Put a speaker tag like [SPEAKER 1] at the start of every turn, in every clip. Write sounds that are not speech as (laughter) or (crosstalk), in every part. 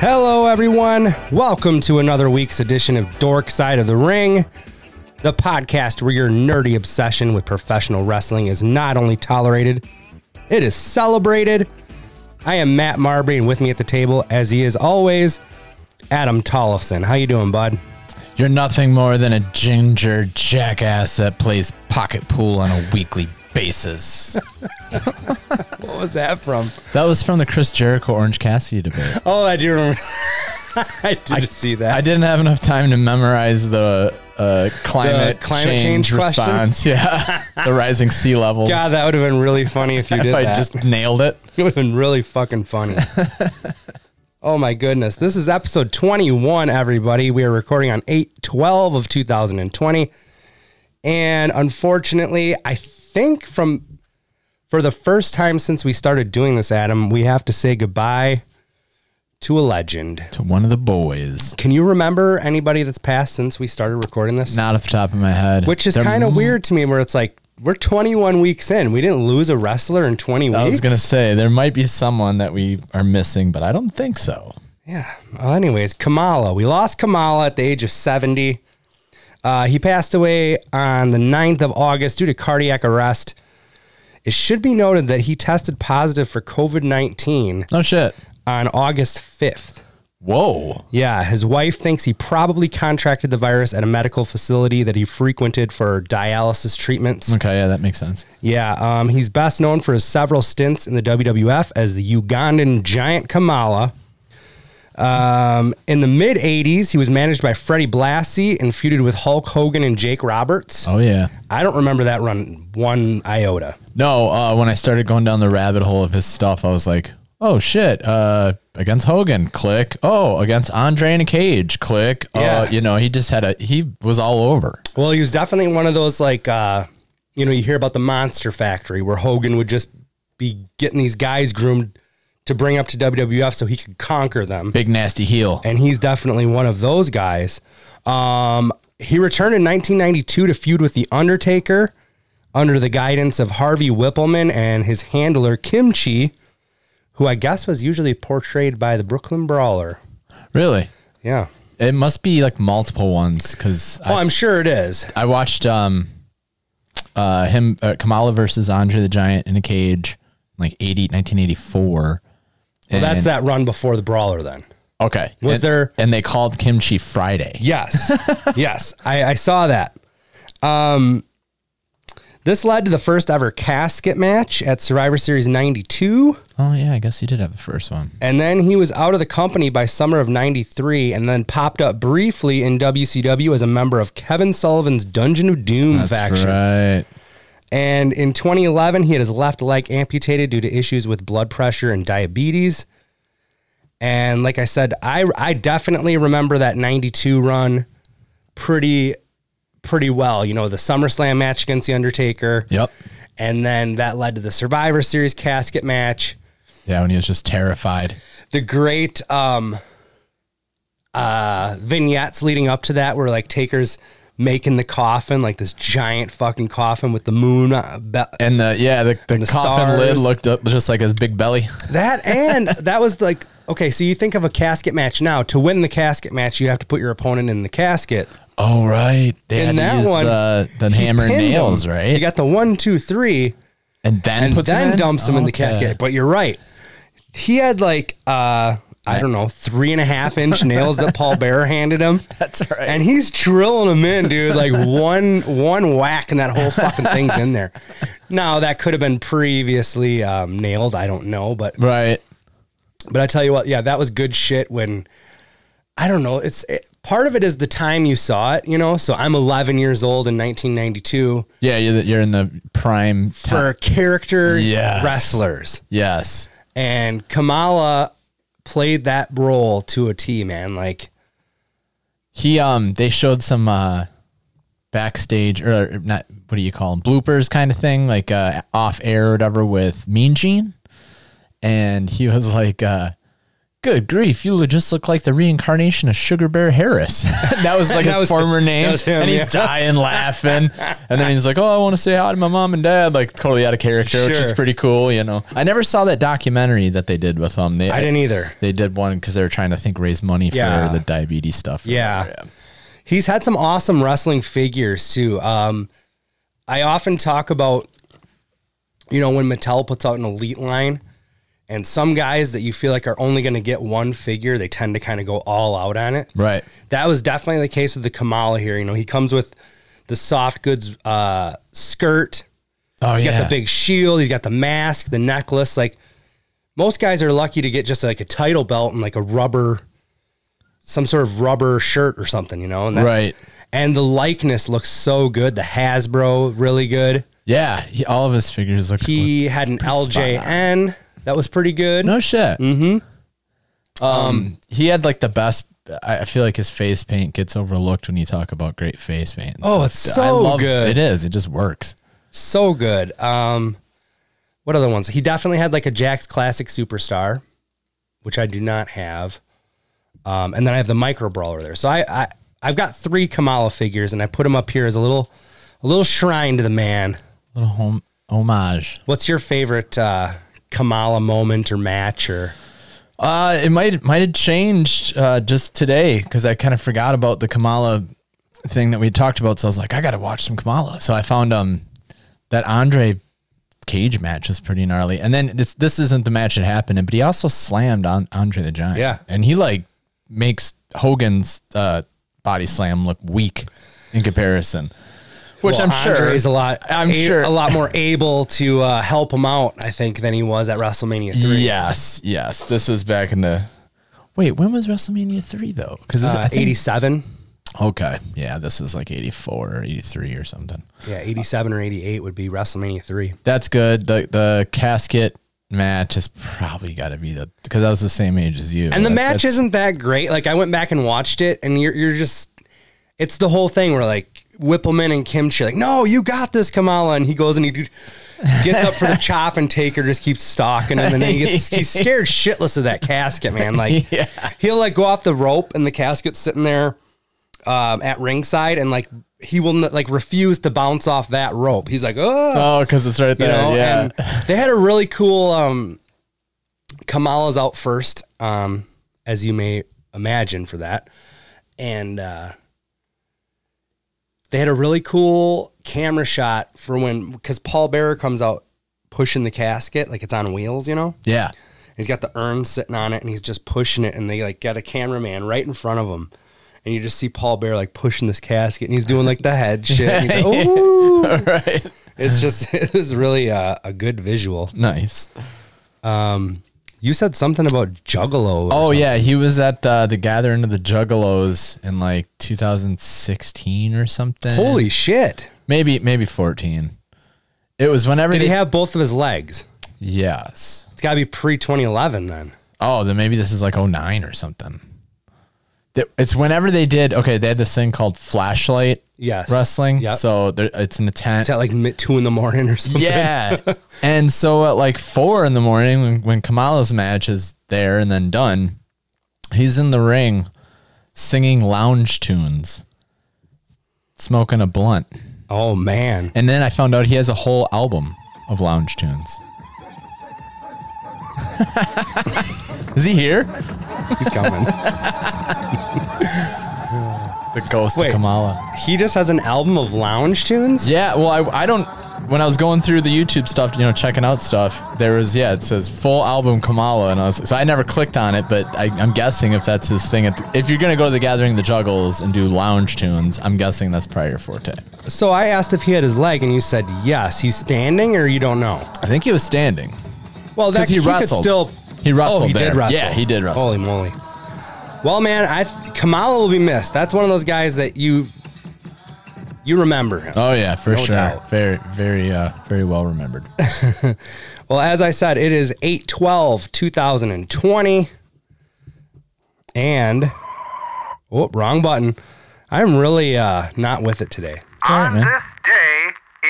[SPEAKER 1] Hello, everyone. Welcome to another week's edition of Dork Side of the Ring, the podcast where your nerdy obsession with professional wrestling is not only tolerated, it is celebrated. I am Matt Marbury, and with me at the table, as he is always, Adam Tollefson. How you doing, bud?
[SPEAKER 2] You're nothing more than a ginger jackass that plays pocket pool on a weekly basis.
[SPEAKER 1] What was that from?
[SPEAKER 2] (laughs) That was from the Chris Jericho Orange Cassidy debate.
[SPEAKER 1] Oh, I do remember. (laughs) I did see that.
[SPEAKER 2] I didn't have enough time to memorize the uh, climate,
[SPEAKER 1] The climate
[SPEAKER 2] change,
[SPEAKER 1] change question? (laughs)
[SPEAKER 2] response. (laughs) Yeah, the rising sea levels.
[SPEAKER 1] God, that would have been really funny (laughs) if you did
[SPEAKER 2] if I
[SPEAKER 1] that.
[SPEAKER 2] just nailed it.
[SPEAKER 1] It would have been really fucking funny. oh my goodness. This is episode 21, everybody. We are recording on 8 12 of 2020. And unfortunately, I think from for the first time since we started doing this, Adam, we have to say goodbye to a legend.
[SPEAKER 2] To one of the boys.
[SPEAKER 1] Can you remember anybody that's passed since we started recording this?
[SPEAKER 2] Not off the top of my head.
[SPEAKER 1] Which is
[SPEAKER 2] There-
[SPEAKER 1] kind of weird to me, where it's like, we're 21 weeks in. We didn't lose a wrestler in 20 weeks.
[SPEAKER 2] I was gonna say there might be someone that we are missing, but I don't think so.
[SPEAKER 1] Yeah. Well, anyways, Kamala. We lost Kamala at the age of 70. Uh, he passed away on the 9th of August due to cardiac arrest. It should be noted that he tested positive for COVID 19
[SPEAKER 2] No Oh, shit.
[SPEAKER 1] on August 5th.
[SPEAKER 2] Whoa.
[SPEAKER 1] Yeah, his wife thinks he probably contracted the virus at a medical facility that he frequented for dialysis treatments.
[SPEAKER 2] Okay, yeah, that makes sense.
[SPEAKER 1] Yeah, um, he's best known for his several stints in the WWF as the Ugandan giant Kamala. Um, in the mid 80s, he was managed by Freddie Blassie and feuded with Hulk Hogan and Jake Roberts.
[SPEAKER 2] Oh yeah.
[SPEAKER 1] I don't remember that run one iota.
[SPEAKER 2] No, uh, when I started going down the rabbit hole of his stuff, I was like, oh shit, uh, against Hogan, click. Oh, against Andre and Cage, click.
[SPEAKER 1] Yeah.
[SPEAKER 2] Uh, you know, he just had a, he was all over.
[SPEAKER 1] Well, he was definitely one of those, like, uh, you know, you hear about the Monster Factory where Hogan would just be getting these guys groomed to bring up to WWF so he could conquer them.
[SPEAKER 2] Big nasty heel.
[SPEAKER 1] and he's definitely one of those guys. Um, he returned in 1992 to feud with The Undertaker under the guidance of Harvey Whippleman and his handler Kimchi, who I guess was usually portrayed by the Brooklyn Brawler.
[SPEAKER 2] Really?
[SPEAKER 1] Yeah.
[SPEAKER 2] It must be like multiple ones because
[SPEAKER 1] Oh,
[SPEAKER 2] I,
[SPEAKER 1] I'm
[SPEAKER 2] s-
[SPEAKER 1] sure it is.
[SPEAKER 2] I watched um, uh, him, uh, Kamala versus Andre the Giant in a cage, like 80, 1984.
[SPEAKER 1] Well, that's that run before the Brawler then.
[SPEAKER 2] Okay.
[SPEAKER 1] Was
[SPEAKER 2] And-
[SPEAKER 1] there-
[SPEAKER 2] And they called Kimchi Friday. (laughs)
[SPEAKER 1] Yes. yes. I, I saw that. Um, this led to the first ever casket match at Survivor Series 92.
[SPEAKER 2] Oh, yeah. I guess he did have the first one.
[SPEAKER 1] And then he was out of the company by summer of 93 and then popped up briefly in WCW as a member of Kevin Sullivan's Dungeon of Doom faction.
[SPEAKER 2] right.
[SPEAKER 1] And in 2011, he had his left leg amputated due to issues with blood pressure and diabetes. And like I said, I, I definitely remember that 92 run pretty pretty well. You know, the SummerSlam match against The Undertaker.
[SPEAKER 2] Yep.
[SPEAKER 1] And then that led to the Survivor Series casket match.
[SPEAKER 2] Yeah, when he was just terrified.
[SPEAKER 1] the great um uh vignettes leading up to that where like takers making the coffin like this giant fucking coffin with the moon uh, be-
[SPEAKER 2] And the yeah, the, the,
[SPEAKER 1] the
[SPEAKER 2] coffin
[SPEAKER 1] stars.
[SPEAKER 2] lid looked up just like his big belly.
[SPEAKER 1] that and (laughs) that was like okay so you think of a casket match now to win the casket match you have to put your opponent in the casket
[SPEAKER 2] Oh right. They
[SPEAKER 1] In
[SPEAKER 2] had to
[SPEAKER 1] that
[SPEAKER 2] use
[SPEAKER 1] one,
[SPEAKER 2] the, the
[SPEAKER 1] He
[SPEAKER 2] hammer and
[SPEAKER 1] pinned
[SPEAKER 2] nails,
[SPEAKER 1] him.
[SPEAKER 2] right?
[SPEAKER 1] you got the one two three
[SPEAKER 2] and then
[SPEAKER 1] and
[SPEAKER 2] puts him
[SPEAKER 1] then dumps him in the
[SPEAKER 2] Oh, Okay.
[SPEAKER 1] casket but you're right he had like uh I don't know, three and a half inch nails that Paul Bearer handed him.
[SPEAKER 2] (laughs) That's right.
[SPEAKER 1] and he's drilling them in, dude. Like one one whack, and that whole fucking thing's in there. Now that could have been previously um, nailed. I don't know, but
[SPEAKER 2] right.
[SPEAKER 1] but I tell you what, yeah, that was good shit. When I don't know, it's it, part of it is the time you saw it, you know. So I'm 11 years old in 1992
[SPEAKER 2] Yeah, you're, the, you're in the prime. ti-
[SPEAKER 1] for character
[SPEAKER 2] Yes.
[SPEAKER 1] wrestlers,
[SPEAKER 2] yes.
[SPEAKER 1] and Kamala played that role to a T, man. Like
[SPEAKER 2] He um they showed some uh backstage or not what do you call them bloopers kind of thing like uh off air or whatever with Mean Gene, and he was like uh Good grief, you look- just look like the reincarnation of Sugar Bear Harris. (laughs) that was like
[SPEAKER 1] (laughs) That
[SPEAKER 2] his
[SPEAKER 1] was-
[SPEAKER 2] former
[SPEAKER 1] that
[SPEAKER 2] name.
[SPEAKER 1] was him,
[SPEAKER 2] and he's
[SPEAKER 1] yeah.
[SPEAKER 2] dying laughing. And then he's like, Oh, I want to say hi to my mom and dad. Like totally out of character, which is
[SPEAKER 1] Sure.
[SPEAKER 2] pretty cool, you know. I never saw that documentary that they did with him. They
[SPEAKER 1] I didn't either.
[SPEAKER 2] they did one because they were trying to think raise money
[SPEAKER 1] Yeah.
[SPEAKER 2] for the diabetes stuff. or
[SPEAKER 1] Yeah.
[SPEAKER 2] whatever,
[SPEAKER 1] He's had some awesome wrestling figures too. Um, I often talk about, you know, when Mattel puts out an elite line, and some guys that you feel like are only going to get one figure, they tend to kind of go all out on it.
[SPEAKER 2] Right.
[SPEAKER 1] That was definitely the case with the Kamala here. You know, he comes with the soft goods uh, skirt.
[SPEAKER 2] Oh
[SPEAKER 1] He's
[SPEAKER 2] yeah.
[SPEAKER 1] got the big shield. He's got the mask, the necklace. Like most guys are lucky to get just like a title belt and like a rubber, some sort of rubber shirt or something, you know. And that-
[SPEAKER 2] Right.
[SPEAKER 1] And the likeness looks so good. The Hasbro really good.
[SPEAKER 2] Yeah. He, all of his figures look
[SPEAKER 1] He had an LJN that was pretty good.
[SPEAKER 2] No shit. Mm-hmm. Um,
[SPEAKER 1] Mm-hmm. Um,
[SPEAKER 2] he had like the best. I I feel like his face paint gets overlooked when you talk about great face paint. and
[SPEAKER 1] Oh,
[SPEAKER 2] stuff.
[SPEAKER 1] it's so good.
[SPEAKER 2] It is. It just works.
[SPEAKER 1] So good. Um, what other ones? He definitely had like a Jack's Classic Superstar, which I do not have. Um, and then I have the Micro Brawler there. So I, I I've got three Kamala figures, and I put them up here as a little a little shrine to the man.
[SPEAKER 2] Little home homage.
[SPEAKER 1] What's your favorite uh, Kamala moment or match or?
[SPEAKER 2] Uh, it might might have changed uh, just today because I kind of forgot about the Kamala thing that we talked about. So I was like, I got to watch some Kamala. So I found um that Andre cage match was pretty gnarly. And then this this isn't the match that happened, in, but he also slammed on Andre the Giant.
[SPEAKER 1] Yeah.
[SPEAKER 2] and he like makes Hogan's uh, body slam look weak in comparison, which
[SPEAKER 1] Well,
[SPEAKER 2] I'm sure
[SPEAKER 1] Andre's a lot.
[SPEAKER 2] I'm
[SPEAKER 1] a-
[SPEAKER 2] sure
[SPEAKER 1] a lot more able to uh, help him out. I think than he was at WrestleMania three.
[SPEAKER 2] Yes, yes. This was back in the. Wait, when was WrestleMania three though? Because
[SPEAKER 1] Uh, 87
[SPEAKER 2] Okay. Yeah, this is like 84 or 83 or something.
[SPEAKER 1] yeah 87 or 88 would be wrestlemania 3
[SPEAKER 2] That's good. The the casket match has probably got to be the because I was the same age as you.
[SPEAKER 1] And the
[SPEAKER 2] That-
[SPEAKER 1] match
[SPEAKER 2] that's-
[SPEAKER 1] isn't that great. Like I went back and watched it, and you're you're just, it's the whole thing where like Whippleman and Kimchi like, no, you got this, Kamala, and he goes and he do- gets up for
[SPEAKER 2] (laughs)
[SPEAKER 1] the chop and Taker just keeps stalking him, and then he gets he's scared shitless of that casket, man. Like
[SPEAKER 2] (laughs) Yeah.
[SPEAKER 1] he'll like go off the rope, and the casket's sitting there um, at ringside, and like he will n- like refuse to bounce off that rope. He's like, oh,
[SPEAKER 2] Oh, because it's right there.
[SPEAKER 1] you know,
[SPEAKER 2] yeah.
[SPEAKER 1] and they had a really cool um Kamala's out first, um, as you may imagine for that. And uh they had a really cool camera shot for when because Paul Bearer comes out pushing the casket like it's on wheels, you know?
[SPEAKER 2] yeah.
[SPEAKER 1] He's got the urn sitting on it and he's just pushing it and they like got a cameraman right in front of him. And you just see Paul Bear like pushing this casket and he's doing like the head shit. And
[SPEAKER 2] (laughs)
[SPEAKER 1] he's like, ooh.
[SPEAKER 2] Right.
[SPEAKER 1] It's just (laughs) it was really uh, a, a good visual.
[SPEAKER 2] Nice.
[SPEAKER 1] You said something about Juggalo. or
[SPEAKER 2] Oh
[SPEAKER 1] something.
[SPEAKER 2] yeah, he was at uh, the gathering of the Juggalos in like 2016 or something.
[SPEAKER 1] holy shit!
[SPEAKER 2] Maybe maybe 14. It was whenever
[SPEAKER 1] Did he
[SPEAKER 2] they-
[SPEAKER 1] have both of his legs?
[SPEAKER 2] Yes.
[SPEAKER 1] It's got to be pre 2011 then.
[SPEAKER 2] Oh, then maybe this is like 09 or something. Th- It's whenever they did. Okay, they had this thing called flashlight
[SPEAKER 1] Yes,
[SPEAKER 2] wrestling.
[SPEAKER 1] Yep.
[SPEAKER 2] So there, it's in a tent.
[SPEAKER 1] It's at like mid two in the morning or something. (laughs)
[SPEAKER 2] Yeah. and so at like four in the morning, when, when Kamala's match is there and then done, he's in the ring singing lounge tunes, smoking a blunt.
[SPEAKER 1] Oh man,
[SPEAKER 2] And then I found out he has a whole album of lounge tunes. (laughs) is he here?
[SPEAKER 1] he's
[SPEAKER 2] (laughs)
[SPEAKER 1] coming.
[SPEAKER 2] The ghost
[SPEAKER 1] Wait.
[SPEAKER 2] of Kamala.
[SPEAKER 1] he just has an album of lounge tunes.
[SPEAKER 2] Yeah, well, I, I don't. When I was going through the YouTube stuff, you know, checking out stuff, there was yeah, it says full album Kamala, and I was so I never clicked on it, but I, I'm guessing if that's his thing, at the- if you're gonna go to the Gathering of the Juggles and do lounge tunes, I'm guessing that's probably your forte.
[SPEAKER 1] So I asked if he had his leg, and you said yes. He's standing, or you don't know.
[SPEAKER 2] I think he was standing
[SPEAKER 1] Well, that
[SPEAKER 2] because he
[SPEAKER 1] could
[SPEAKER 2] wrestled.
[SPEAKER 1] still
[SPEAKER 2] he wrestled.
[SPEAKER 1] Oh, he
[SPEAKER 2] there.
[SPEAKER 1] did wrestle.
[SPEAKER 2] Yeah, he did wrestle.
[SPEAKER 1] Holy moly! Well, man, I th- Kamala will be missed. That's one of those guys that you you remember him.
[SPEAKER 2] Oh yeah, for
[SPEAKER 1] No
[SPEAKER 2] sure.
[SPEAKER 1] doubt.
[SPEAKER 2] Very, very, uh, very well
[SPEAKER 1] (laughs)
[SPEAKER 2] remembered.
[SPEAKER 1] Well, as I said, it is 8 12 2020. And, oh, wrong button. I'm really uh, not with it today.
[SPEAKER 2] All right,
[SPEAKER 3] On
[SPEAKER 2] man.
[SPEAKER 3] this day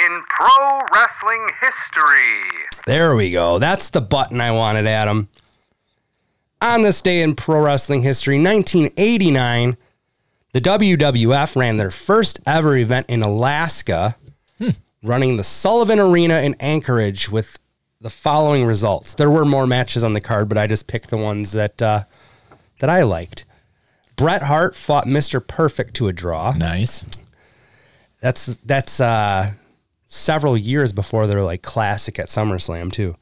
[SPEAKER 3] in pro wrestling history.
[SPEAKER 1] There we go. That's the button I wanted, Adam. On this day in pro wrestling history, 1989, the WWF ran their first ever event in Alaska, running the Sullivan Arena in Anchorage with the following results. There were more matches on the card, but I just picked the ones that uh, that I liked. Bret Hart fought Mr. Perfect to a draw.
[SPEAKER 2] Nice.
[SPEAKER 1] That's that's uh, several years before their like classic at SummerSlam too.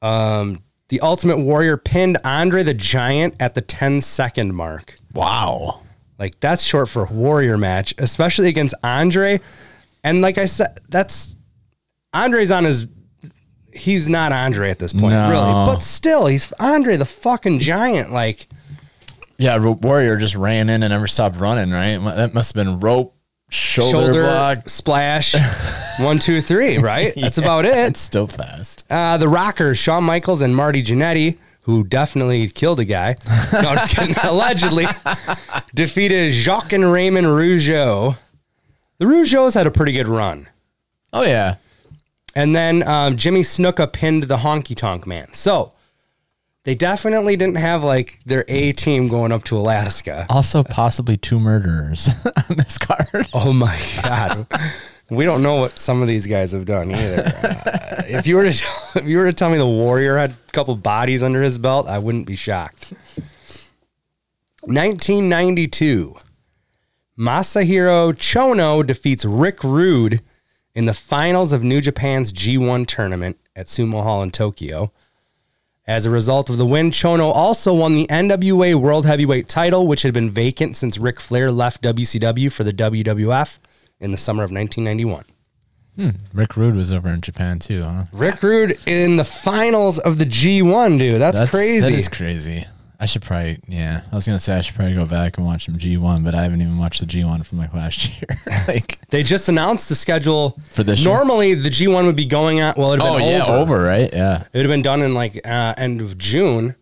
[SPEAKER 1] Um, the Ultimate Warrior pinned Andre the Giant at the 10 second mark.
[SPEAKER 2] Wow.
[SPEAKER 1] Like that's short for warrior match, especially against Andre. And like I said, that's Andre's on his. He's not Andre at this point,
[SPEAKER 2] No.
[SPEAKER 1] really. But still, he's Andre the fucking giant. Like
[SPEAKER 2] Yeah, Ro- Warrior just ran in and never stopped running, right? Mu- That must have been rope, shoulder,
[SPEAKER 1] shoulder
[SPEAKER 2] block.
[SPEAKER 1] splash, one two three. Right.
[SPEAKER 2] (laughs)
[SPEAKER 1] That's about it.
[SPEAKER 2] It's still fast.
[SPEAKER 1] Uh, the Rockers, Shawn Michaels and Marty Jannetty, who definitely killed a guy. No, I'm just kidding. (laughs) Allegedly defeated Jacques and Raymond Rougeau. The Rougeaus had a pretty good run.
[SPEAKER 2] Oh yeah.
[SPEAKER 1] And then um, Jimmy Snuka pinned the Honky Tonk Man. So they definitely didn't have like their A team going up to Alaska.
[SPEAKER 2] Also, possibly two murderers (laughs) on this card.
[SPEAKER 1] Oh my God. we don't know what some of these guys have done either. Uh, if you were to tell, if you were to tell me the Warrior had a couple bodies under his belt, I wouldn't be shocked. 1992, Masahiro Chono defeats Rick Rude in the finals of New Japan's G1 tournament at Sumo Hall in Tokyo. As a result of the win, Chono also won the NWA World Heavyweight title, which had been vacant since Ric Flair left WCW for the WWF in the summer of 1991.
[SPEAKER 2] Rick Rude was over in Japan too, huh?
[SPEAKER 1] Rick Rude in the finals of the G1, dude. That's, crazy.
[SPEAKER 2] That is crazy. I should probably, yeah. I was gonna say I should probably go back and watch some G1, but I haven't even watched the G1 from like last (laughs) year. like,
[SPEAKER 1] they just announced the schedule
[SPEAKER 2] For this year?
[SPEAKER 1] Normally, the G1 would be going on. Well, it'd have
[SPEAKER 2] oh
[SPEAKER 1] been
[SPEAKER 2] yeah,
[SPEAKER 1] over.
[SPEAKER 2] over, right? Yeah.
[SPEAKER 1] It would have been done in like uh, end of June,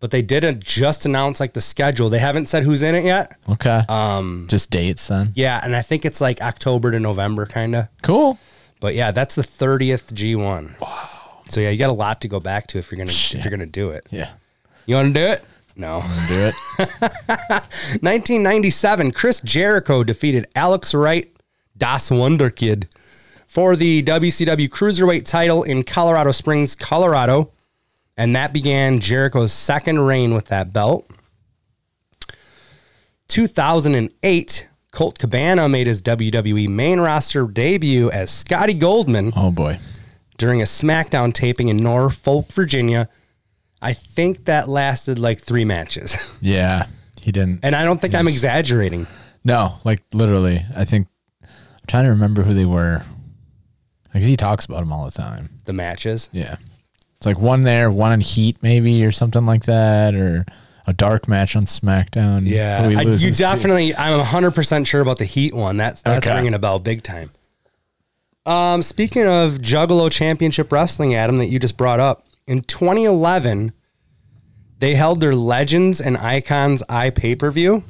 [SPEAKER 1] but they didn't just announce like the schedule. They haven't said who's in it yet.
[SPEAKER 2] Okay. Um, just dates then.
[SPEAKER 1] Yeah, and I think it's like October to November, kind of.
[SPEAKER 2] Cool.
[SPEAKER 1] But yeah, that's the thirtieth G one. Wow. So yeah, you got a lot to go back to if you're gonna if you're gonna do it.
[SPEAKER 2] Yeah.
[SPEAKER 1] You want to do it? No. (laughs)
[SPEAKER 2] Do it.
[SPEAKER 1] 1997, Chris Jericho defeated Alex Wright, Das Wonder Kid, for the WCW Cruiserweight title in Colorado Springs, Colorado, and that began Jericho's second reign with that belt. 2008, Colt Cabana made his WWE main roster debut as Scotty Goldman.
[SPEAKER 2] oh boy.
[SPEAKER 1] during a SmackDown taping in Norfolk, Virginia. I think that lasted like three matches. (laughs)
[SPEAKER 2] Yeah. He didn't.
[SPEAKER 1] And I don't think I'm exaggerating.
[SPEAKER 2] No, like literally. I think I'm trying to remember who they were. Because he talks about them all the time.
[SPEAKER 1] The matches.
[SPEAKER 2] Yeah. It's like one there, one in Heat, maybe, or something like that, or a dark match on SmackDown.
[SPEAKER 1] Yeah.
[SPEAKER 2] who he
[SPEAKER 1] I, you
[SPEAKER 2] loses to.
[SPEAKER 1] definitely, I'm 100% sure about the Heat one. That's, that's
[SPEAKER 2] Okay.
[SPEAKER 1] ringing a bell big time. Um, speaking of Juggalo Championship Wrestling, Adam, that you just brought up, in 2011, they held their Legends and Icons I pay per view.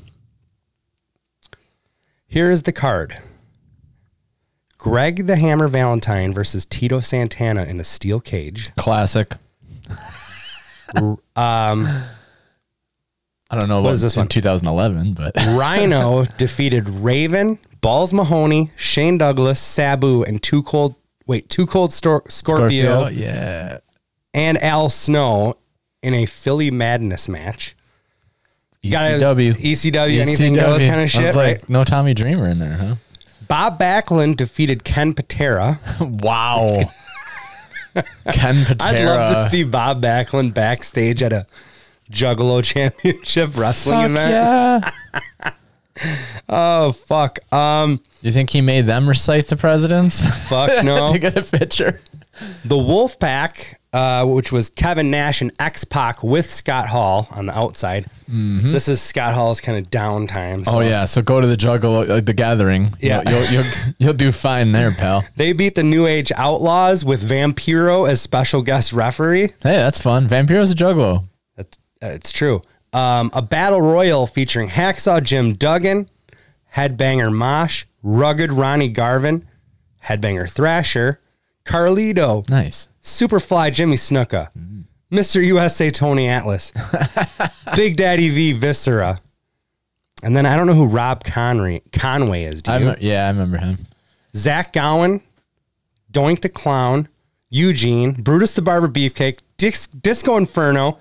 [SPEAKER 1] Here is the card Greg the Hammer Valentine versus Tito Santana in a steel cage. (laughs)
[SPEAKER 2] Classic. I don't know
[SPEAKER 1] Um,
[SPEAKER 2] what
[SPEAKER 1] is this
[SPEAKER 2] in
[SPEAKER 1] one? (laughs)
[SPEAKER 2] 2011, but (laughs)
[SPEAKER 1] Rhino defeated Raven, Balls Mahoney, Shane Douglas, Sabu, and Two Cold. Wait, Two Cold Stor- Scorpio,
[SPEAKER 2] Scorpio, yeah,
[SPEAKER 1] and Al Snow in a Philly Madness match. Gotta-
[SPEAKER 2] ECW,
[SPEAKER 1] ECW, E anything goes
[SPEAKER 2] ECW.
[SPEAKER 1] kind of shit.
[SPEAKER 2] E I was
[SPEAKER 1] right?
[SPEAKER 2] like, no Tommy Dreamer in there, huh?
[SPEAKER 1] (laughs) Bob Backlund defeated Ken Patera.
[SPEAKER 2] wow. (laughs) Ken Patera.
[SPEAKER 1] (laughs) I'd love to see Bob Backlund backstage at a Juggalo (laughs) Championship wrestling
[SPEAKER 2] Fuck
[SPEAKER 1] event. (laughs)
[SPEAKER 2] yeah.
[SPEAKER 1] Oh fuck. Um.
[SPEAKER 2] You think he made them recite the presidents? (laughs)
[SPEAKER 1] Fuck no.
[SPEAKER 2] to get a picture.
[SPEAKER 1] The Wolf Pack, uh, which was Kevin Nash and X Pac with Scott Hall on the outside. This is Scott Hall's kind of downtime. So
[SPEAKER 2] Oh yeah, so go to the juggle, uh, the gathering.
[SPEAKER 1] Yeah.
[SPEAKER 2] you'll, you'll, (laughs) you'll you'll do fine there, pal.
[SPEAKER 1] They beat the New Age Outlaws with Vampiro as special guest referee.
[SPEAKER 2] Hey, that's fun. Vampiro's a juggalo.
[SPEAKER 1] That's uh, it's true. Um, a battle royal featuring Hacksaw Jim Duggan, Headbanger Mosh, Rugged Ronnie Garvin, Headbanger Thrasher, Carlito,
[SPEAKER 2] Nice.
[SPEAKER 1] Superfly Jimmy Snuka, Mr. USA Tony
[SPEAKER 2] (laughs)
[SPEAKER 1] Atlas, Big Daddy V Viscera. And then I don't know who Rob Conry, Conway is, do
[SPEAKER 2] I
[SPEAKER 1] you?
[SPEAKER 2] rem- yeah, I remember him.
[SPEAKER 1] Zach Gowen, Doink the Clown, Eugene, Brutus the Barber Beefcake, Dis- Disco Inferno,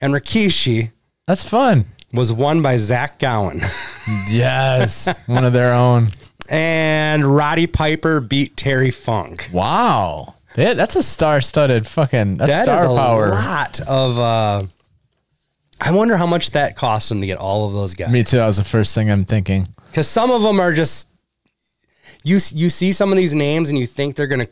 [SPEAKER 1] and Rikishi
[SPEAKER 2] That's fun.
[SPEAKER 1] was won by Zach Gowen. (laughs)
[SPEAKER 2] Yes, (laughs) one of their own.
[SPEAKER 1] and Roddy Piper beat Terry Funk.
[SPEAKER 2] Wow, That- that's a star-studded fucking that's
[SPEAKER 1] That is
[SPEAKER 2] star
[SPEAKER 1] a
[SPEAKER 2] power.
[SPEAKER 1] lot of. Uh, I wonder how much that cost him to get all of those guys.
[SPEAKER 2] Me too. That was the first thing I'm thinking.
[SPEAKER 1] because some of them are just you you see some of these names and you think they're gonna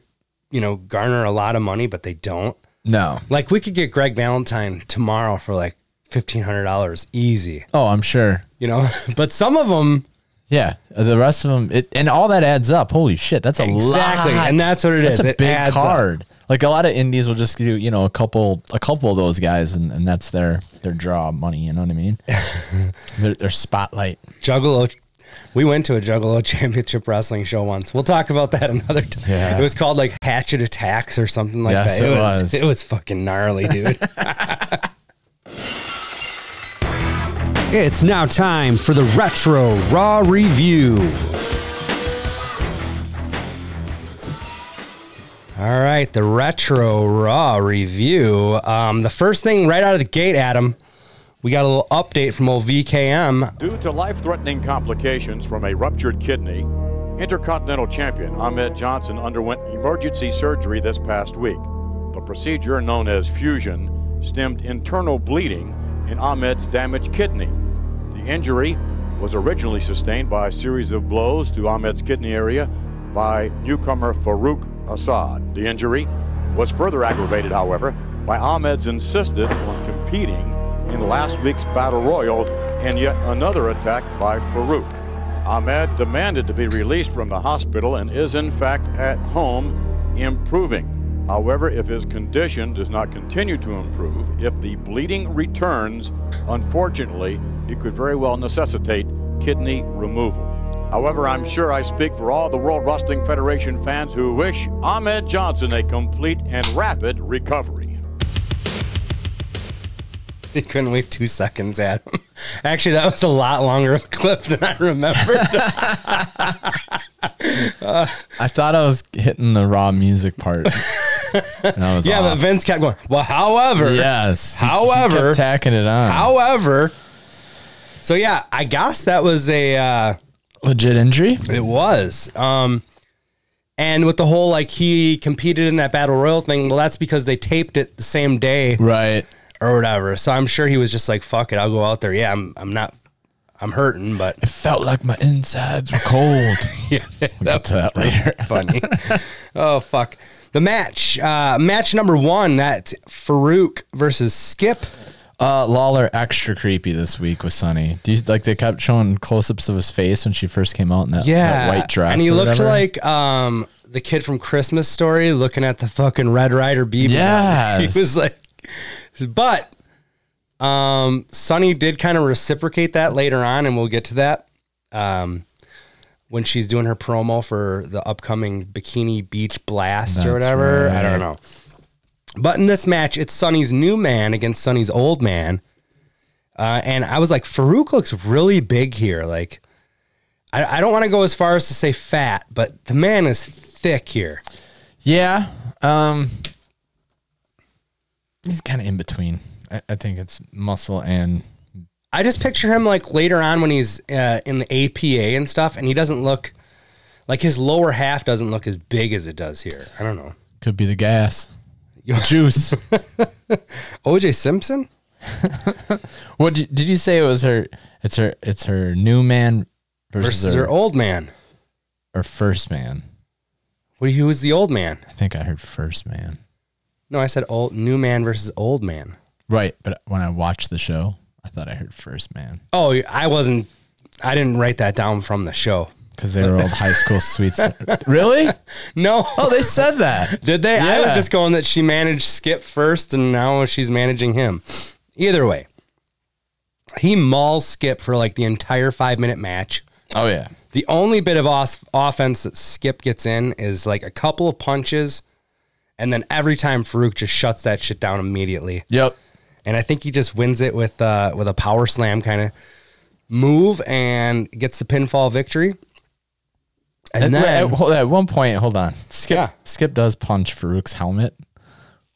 [SPEAKER 1] you know garner a lot of money but they don't
[SPEAKER 2] No.
[SPEAKER 1] like we could get greg valentine tomorrow for like $1500 easy
[SPEAKER 2] Oh, I'm sure.
[SPEAKER 1] you know (laughs) but some of them
[SPEAKER 2] Yeah, uh, the rest of them, it, and all that adds up. Holy shit, that's a lot.
[SPEAKER 1] Exactly, and that's what it
[SPEAKER 2] that's
[SPEAKER 1] is.
[SPEAKER 2] A
[SPEAKER 1] It
[SPEAKER 2] big
[SPEAKER 1] adds up.
[SPEAKER 2] card. Like a lot of indies will just do, you know, a couple, a couple of those guys, and, and that's their their draw money. You know what I
[SPEAKER 1] (laughs)
[SPEAKER 2] mean? their, their spotlight.
[SPEAKER 1] juggalo we went to a juggalo (laughs) championship wrestling show once we'll talk about that (laughs) another time
[SPEAKER 2] Yeah.
[SPEAKER 1] it was called like hatchet attacks or something like
[SPEAKER 2] Yes,
[SPEAKER 1] that
[SPEAKER 2] it was.
[SPEAKER 1] it was fucking gnarly
[SPEAKER 2] (laughs)
[SPEAKER 1] dude
[SPEAKER 4] It's now time for the Retro Raw Review.
[SPEAKER 1] All right, the retro raw review. Um, the first thing right out of the gate, Adam, we got a little update from old VKM.
[SPEAKER 5] Due to life threatening complications from a ruptured kidney, Intercontinental Champion Ahmed Johnson underwent emergency surgery this past week. The procedure, known as fusion, stemmed internal bleeding in Ahmed's damaged kidney. The injury was originally sustained by a series of blows to Ahmed's kidney area by newcomer Farouk Assad. The injury was further aggravated, however, by Ahmed's insistence on competing in last week's battle royal and yet another attack by Farouk. Ahmed demanded to be released from the hospital and is in fact at home improving. However, if his condition does not continue to improve, if the bleeding returns, unfortunately, it could very well necessitate kidney removal. However, I'm sure I speak for all the World Wrestling Federation fans who wish Ahmed Johnson a complete and rapid recovery.
[SPEAKER 1] (laughs) You couldn't wait two seconds, Adam. (laughs) Actually, that was a lot longer of a clip than I
[SPEAKER 2] (laughs)
[SPEAKER 1] remembered.
[SPEAKER 2] I thought I was hitting the raw
[SPEAKER 1] (laughs)
[SPEAKER 2] music part. and I was
[SPEAKER 1] yeah, but
[SPEAKER 2] off.
[SPEAKER 1] Vince kept going. Well, however,
[SPEAKER 2] yes. He- he
[SPEAKER 1] However-
[SPEAKER 2] kept tacking it on.
[SPEAKER 1] however. So yeah, I guess that was a uh,
[SPEAKER 2] legit injury?
[SPEAKER 1] it was. Um, and with the whole like he competed in that battle royal thing, well, that's because they taped it the same day.
[SPEAKER 2] Right.
[SPEAKER 1] or whatever. So I'm sure he was just like, "Fuck it, I'll go out there." Yeah, I'm, I'm not, I'm hurting, but
[SPEAKER 2] It felt like my insides were cold.
[SPEAKER 1] (laughs) yeah,
[SPEAKER 2] That's that later.
[SPEAKER 1] (laughs) funny. oh fuck, the match, uh, match number one, that's Farouk versus Skip.
[SPEAKER 2] Uh, Lawler extra creepy this week with Sonny. Do you like they kept showing close ups of his face when she first came out in that, that
[SPEAKER 1] Yeah,
[SPEAKER 2] white dress?
[SPEAKER 1] and he
[SPEAKER 2] or
[SPEAKER 1] looked
[SPEAKER 2] whatever?
[SPEAKER 1] like um the kid from Christmas Story looking at the fucking Red Rider Beaver.
[SPEAKER 2] Yes.
[SPEAKER 1] (laughs) he was like, but um, Sonny did kind of reciprocate that later on, and we'll get to that. Um, when she's doing her promo for the upcoming Bikini Beach Blast or
[SPEAKER 2] That's
[SPEAKER 1] whatever, I
[SPEAKER 2] right.
[SPEAKER 1] don't know. But in this match, it's Sonny's new man against Sonny's old man. Uh, and I was like, Farouk looks really big here. Like, I, I don't want to go as far as to say fat, but the man is thick here.
[SPEAKER 2] yeah. Um, he's kind of in between. I, I think it's muscle and
[SPEAKER 1] I just picture him like later on when he's uh, in the APA and stuff, and he doesn't look like his lower half doesn't look as big as it does here. I don't know.
[SPEAKER 2] could be the gas,
[SPEAKER 1] (laughs)
[SPEAKER 2] juice.
[SPEAKER 1] OJ Simpson?
[SPEAKER 2] what did, did you say? It was her. It's her. It's her new man versus,
[SPEAKER 1] Versus her
[SPEAKER 2] her,
[SPEAKER 1] old man.
[SPEAKER 2] her first man.
[SPEAKER 1] Well, Who was the old man?
[SPEAKER 2] I think I heard first man.
[SPEAKER 1] No, I said old new man versus old man.
[SPEAKER 2] Right, but when I watched the show, I thought I heard first man.
[SPEAKER 1] Oh, I wasn't. I didn't write that down from the show.
[SPEAKER 2] Because they were old high school sweets. Really?
[SPEAKER 1] No. (laughs)
[SPEAKER 2] Oh, they said that.
[SPEAKER 1] Did they? I was
[SPEAKER 2] Yeah.
[SPEAKER 1] just going that she managed Skip first and now she's managing him. Either way, he mauls Skip for like the entire five minute match.
[SPEAKER 2] Oh yeah.
[SPEAKER 1] The only bit of os- offense that Skip gets in is like a couple of punches And then every time Farouk just shuts that shit down immediately.
[SPEAKER 2] Yep.
[SPEAKER 1] And I think he just wins it with uh with a power slam kind of move and gets the pinfall victory.
[SPEAKER 2] At,
[SPEAKER 1] And then
[SPEAKER 2] at- hold- at one point, hold on. Skip
[SPEAKER 1] Yeah.
[SPEAKER 2] Skip does punch Farouk's helmet,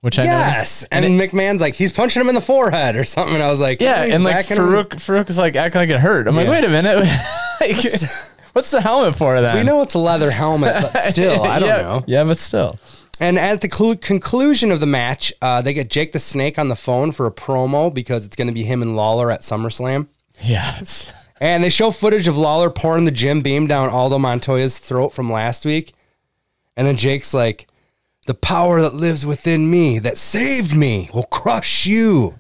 [SPEAKER 2] which I
[SPEAKER 1] Yes,
[SPEAKER 2] noticed.
[SPEAKER 1] and, McMahon's like he's punching him in the forehead or something. And I was like,
[SPEAKER 2] yeah,
[SPEAKER 1] he's
[SPEAKER 2] and like
[SPEAKER 1] backing him.
[SPEAKER 2] Farouk Farouk is like acting like it hurt. I'm like,
[SPEAKER 1] Yeah.
[SPEAKER 2] wait a minute, (laughs) Like, (laughs) what's the helmet for then?
[SPEAKER 1] We know it's a leather helmet,
[SPEAKER 2] (laughs)
[SPEAKER 1] but still, I don't
[SPEAKER 2] yeah,
[SPEAKER 1] know.
[SPEAKER 2] Yeah, but still,
[SPEAKER 1] And at the clu- conclusion of the match, uh, they get Jake the Snake on the phone for a promo because it's going to be him and Lawler at SummerSlam. (laughs)
[SPEAKER 2] yes.
[SPEAKER 1] And they show footage of Lawler pouring the gym beam down Aldo Montoya's throat from last week. And then Jake's like, the power that lives within me that saved me will crush you.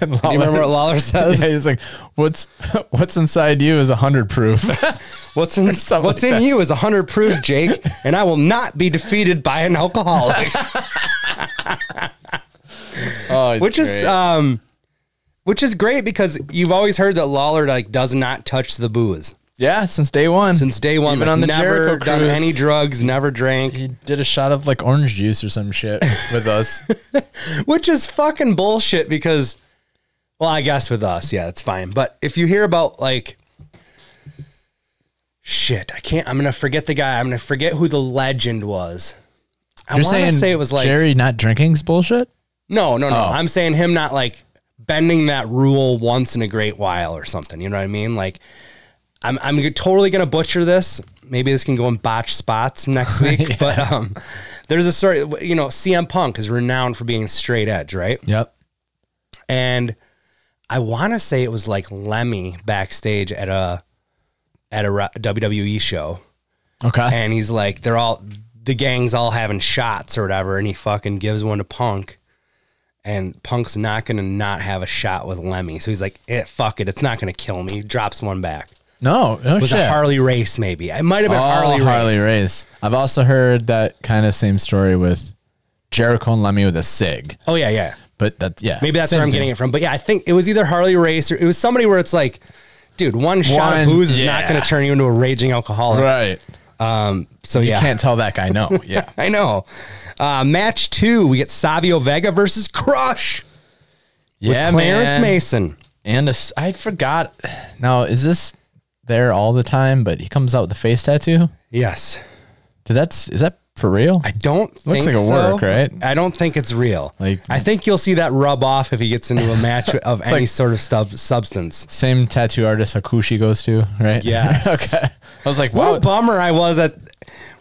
[SPEAKER 2] And
[SPEAKER 1] Do you remember what Lawler says?
[SPEAKER 2] (laughs) Yeah, he's like, what's (laughs) what's inside you is a
[SPEAKER 1] (laughs)
[SPEAKER 2] hundred proof.
[SPEAKER 1] What's in what's
[SPEAKER 2] (laughs) something like
[SPEAKER 1] in
[SPEAKER 2] that.
[SPEAKER 1] you is a hundred proof, Jake, and I will not be defeated by an
[SPEAKER 2] (laughs)
[SPEAKER 1] alcoholic.
[SPEAKER 2] oh, he's
[SPEAKER 1] which is
[SPEAKER 2] great.
[SPEAKER 1] um which is great because you've always heard that Lawler like does not touch the booze
[SPEAKER 2] yeah, since day one,
[SPEAKER 1] since day one.
[SPEAKER 2] Even
[SPEAKER 1] like,
[SPEAKER 2] on the
[SPEAKER 1] never
[SPEAKER 2] Jericho
[SPEAKER 1] done
[SPEAKER 2] cruise.
[SPEAKER 1] any drugs, never drank,
[SPEAKER 2] he did a shot of like orange juice or some shit
[SPEAKER 1] (laughs)
[SPEAKER 2] with us.
[SPEAKER 1] which is fucking bullshit. Because, well, I guess with us, yeah, it's fine. But if you hear about like shit, I can't. I'm gonna forget the guy. I'm gonna forget who the legend was. I
[SPEAKER 2] You're
[SPEAKER 1] want to
[SPEAKER 2] saying
[SPEAKER 1] say it was like
[SPEAKER 2] Jerry not drinking's bullshit.
[SPEAKER 1] No, no, no.
[SPEAKER 2] Oh.
[SPEAKER 1] I'm saying him not like bending that rule once in a great while or something. You know what I mean? Like, I'm I'm totally gonna butcher this. Maybe this can go in botch spots next week. But um, there's a story. You know, CM Punk is renowned for being straight edge, right?
[SPEAKER 2] Yep.
[SPEAKER 1] And I want to say it was like Lemmy backstage at a at a re- WWE E show
[SPEAKER 2] Okay.
[SPEAKER 1] and he's like, they're all the gang's all having shots or whatever, and he fucking gives one to Punk, and Punk's not gonna not have a shot with Lemmy, so he's like, eh, fuck it, it's not gonna kill me. Drops one back.
[SPEAKER 2] no, no
[SPEAKER 1] It was
[SPEAKER 2] shit.
[SPEAKER 1] a Harley race, maybe. It might have been
[SPEAKER 2] Oh,
[SPEAKER 1] Harley,
[SPEAKER 2] Harley
[SPEAKER 1] race.
[SPEAKER 2] Race. I've also heard that kind of same story with Jericho and Lemmy with a sig,
[SPEAKER 1] Oh yeah, yeah.
[SPEAKER 2] but that yeah,
[SPEAKER 1] Maybe that's where I'm getting it from. But yeah, I think it was either Harley race or it was somebody where it's like, dude, one, shot of
[SPEAKER 2] One-
[SPEAKER 1] booze is not
[SPEAKER 2] yeah.
[SPEAKER 1] gonna turn you into a raging alcoholic.
[SPEAKER 2] Right.
[SPEAKER 1] So yeah.
[SPEAKER 2] You can't tell that
[SPEAKER 1] (laughs)
[SPEAKER 2] guy no. Yeah.
[SPEAKER 1] I know. Uh, match two, we get Savio Vega versus Crush with
[SPEAKER 2] yeah,
[SPEAKER 1] Clarence
[SPEAKER 2] man.
[SPEAKER 1] Mason.
[SPEAKER 2] And a s I forgot. Now is this there all the time? But he comes out with a face tattoo.
[SPEAKER 1] Yes.
[SPEAKER 2] Did that's is that for real?
[SPEAKER 1] I don't
[SPEAKER 2] Looks
[SPEAKER 1] think
[SPEAKER 2] like a
[SPEAKER 1] so.
[SPEAKER 2] work, right?
[SPEAKER 1] I don't think it's real.
[SPEAKER 2] Like-
[SPEAKER 1] I think you'll see that rub off if he gets into
[SPEAKER 2] (laughs)
[SPEAKER 1] a match of any
[SPEAKER 2] like-
[SPEAKER 1] sort of stub- substance.
[SPEAKER 2] Same tattoo artist Hakushi goes to, right?
[SPEAKER 1] Yes.
[SPEAKER 2] (laughs) okay. I was like,
[SPEAKER 1] What
[SPEAKER 2] wow.
[SPEAKER 1] a bummer I was at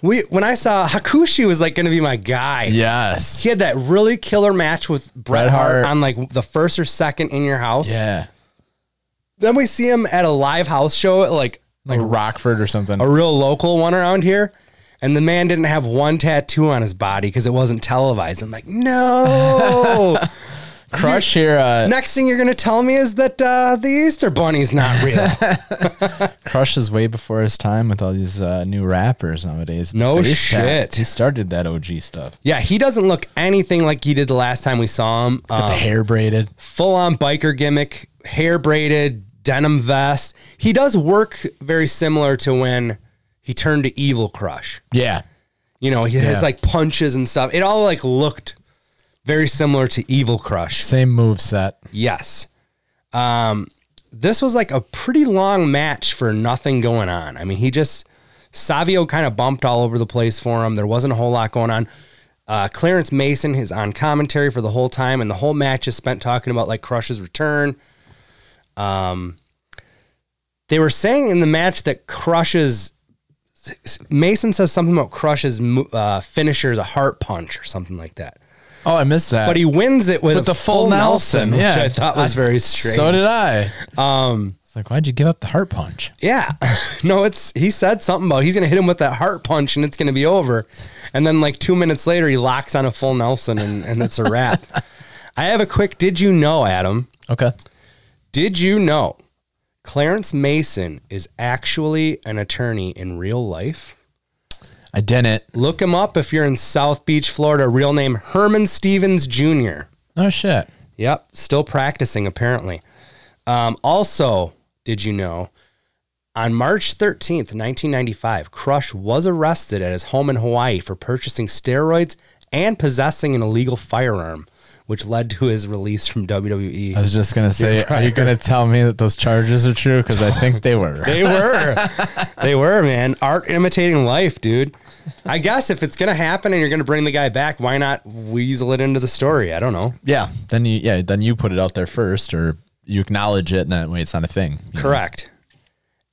[SPEAKER 1] we when I saw Hakushi was like going to be my guy.
[SPEAKER 2] yes.
[SPEAKER 1] He had that really killer match with Bret
[SPEAKER 2] Bret
[SPEAKER 1] Hart
[SPEAKER 2] Hart.
[SPEAKER 1] on like the first or second in your house.
[SPEAKER 2] Yeah.
[SPEAKER 1] Then we see him at a live house show at like
[SPEAKER 2] Like Rockford or something.
[SPEAKER 1] a real local one around here. And the man didn't have one tattoo on his body because it wasn't televised. I'm like,
[SPEAKER 2] (laughs)
[SPEAKER 1] no.
[SPEAKER 2] Crush here. Uh,
[SPEAKER 1] Next thing you're going to tell me is that uh, the Easter Bunny's not
[SPEAKER 2] (laughs)
[SPEAKER 1] real.
[SPEAKER 2] Crush is way before his time with all these uh, new rappers nowadays. The
[SPEAKER 1] No
[SPEAKER 2] face
[SPEAKER 1] shit.
[SPEAKER 2] tats. He started that OG stuff.
[SPEAKER 1] yeah, he doesn't look anything like he did the last time we saw him.
[SPEAKER 2] Got the hair braided.
[SPEAKER 1] Full on biker gimmick, hair braided, denim vest. He does work very similar to when he turned to Evil Crush.
[SPEAKER 2] Yeah.
[SPEAKER 1] You know, he has
[SPEAKER 2] Yeah.
[SPEAKER 1] like punches and stuff. It all like looked very similar to Evil Crush.
[SPEAKER 2] Same move set.
[SPEAKER 1] Yes. Um, this was like a pretty long match for nothing going on. I mean, he just Savio kind of bumped all over the place for him. There wasn't a whole lot going on. Uh, Clarence Mason is on commentary for the whole time, and the whole match is spent talking about like Crush's return. Um, they were saying in the match that Crush's Mason says something about Crush's mo- uh, finisher is a heart punch or something like that.
[SPEAKER 2] Oh, I missed that.
[SPEAKER 1] But he wins it with,
[SPEAKER 2] with
[SPEAKER 1] a
[SPEAKER 2] the full, Nelson, yeah.
[SPEAKER 1] which I thought was very strange.
[SPEAKER 2] So did I.
[SPEAKER 1] Um,
[SPEAKER 2] It's like, why'd you give up the heart punch?
[SPEAKER 1] yeah, (laughs) no, it's he said something about he's gonna hit him with that heart punch and it's gonna be over, and then like two minutes later he locks on a full Nelson and and it's a wrap. (laughs) I have a quick. Did you know, Adam?
[SPEAKER 2] Okay.
[SPEAKER 1] Did you know Clarence Mason is actually an attorney in real life?
[SPEAKER 2] I didn't.
[SPEAKER 1] Look him up if you're in South Beach, Florida. Real name Herman Stevens Jr.
[SPEAKER 2] No shit.
[SPEAKER 1] Yep, still practicing apparently. Um, also, did you know on March 13th, 1995, Crush was arrested at his home in Hawaii for purchasing steroids and possessing an illegal firearm, which led to his release from E. WWE.
[SPEAKER 2] I was just gonna say, are you gonna tell me that those charges are true? Because I think
[SPEAKER 1] (laughs)
[SPEAKER 2] they were.
[SPEAKER 1] (laughs) They were. they were, man. Art imitating life, dude. I guess if it's going to happen and you're going to bring the guy back, why not weasel it into the story? I don't know.
[SPEAKER 2] yeah. Then you, yeah, then you put it out there first, or you acknowledge it, and that way it's not a thing. you know?
[SPEAKER 1] Correct.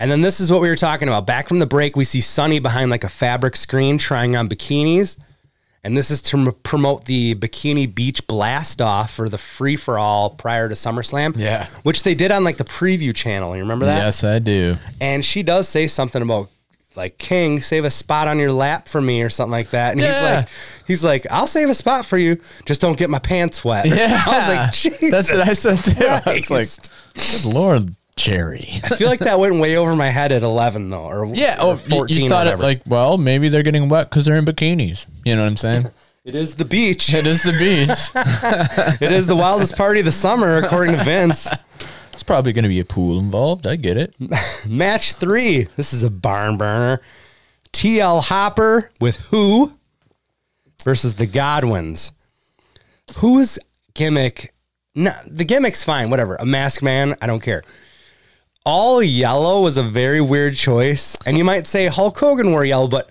[SPEAKER 1] And then this is what we were talking about. Back from the break, we see Sunny behind like a fabric screen trying on bikinis. And this is to m- promote the Bikini Beach blast off or the free for all prior to SummerSlam.
[SPEAKER 2] Yeah.
[SPEAKER 1] Which they did on like the preview channel. You remember that?
[SPEAKER 2] Yes, I do.
[SPEAKER 1] And she does say something about like King, save a spot on your lap for me or something like that. And
[SPEAKER 2] Yeah.
[SPEAKER 1] he's like, he's like, I'll save a spot for you, just don't get my pants wet. (laughs)
[SPEAKER 2] Yeah.
[SPEAKER 1] I was like, Jesus.
[SPEAKER 2] That's what (laughs) I said too. I was like,
[SPEAKER 1] Christ.
[SPEAKER 2] good lord, Jerry.
[SPEAKER 1] I feel like that went way over my head at eleven though, or
[SPEAKER 2] (laughs)
[SPEAKER 1] or
[SPEAKER 2] Yeah. Oh, you,
[SPEAKER 1] fourteen.
[SPEAKER 2] you
[SPEAKER 1] or
[SPEAKER 2] thought it
[SPEAKER 1] whatever.
[SPEAKER 2] like, well, maybe they're getting wet because they're in bikinis. You know what I'm (laughs) saying?
[SPEAKER 1] it is the beach.
[SPEAKER 2] (laughs) it is the beach.
[SPEAKER 1] it is the wildest party of the summer, according to Vince.
[SPEAKER 2] It's probably going to be a pool involved. I get it.
[SPEAKER 1] Match three. This is a barn burner. TL Hopper with who versus the Godwins. Whose gimmick? No, the gimmick's fine. Whatever. A mask man. I don't care. All yellow was a very weird choice, and you might say Hulk Hogan wore yellow, but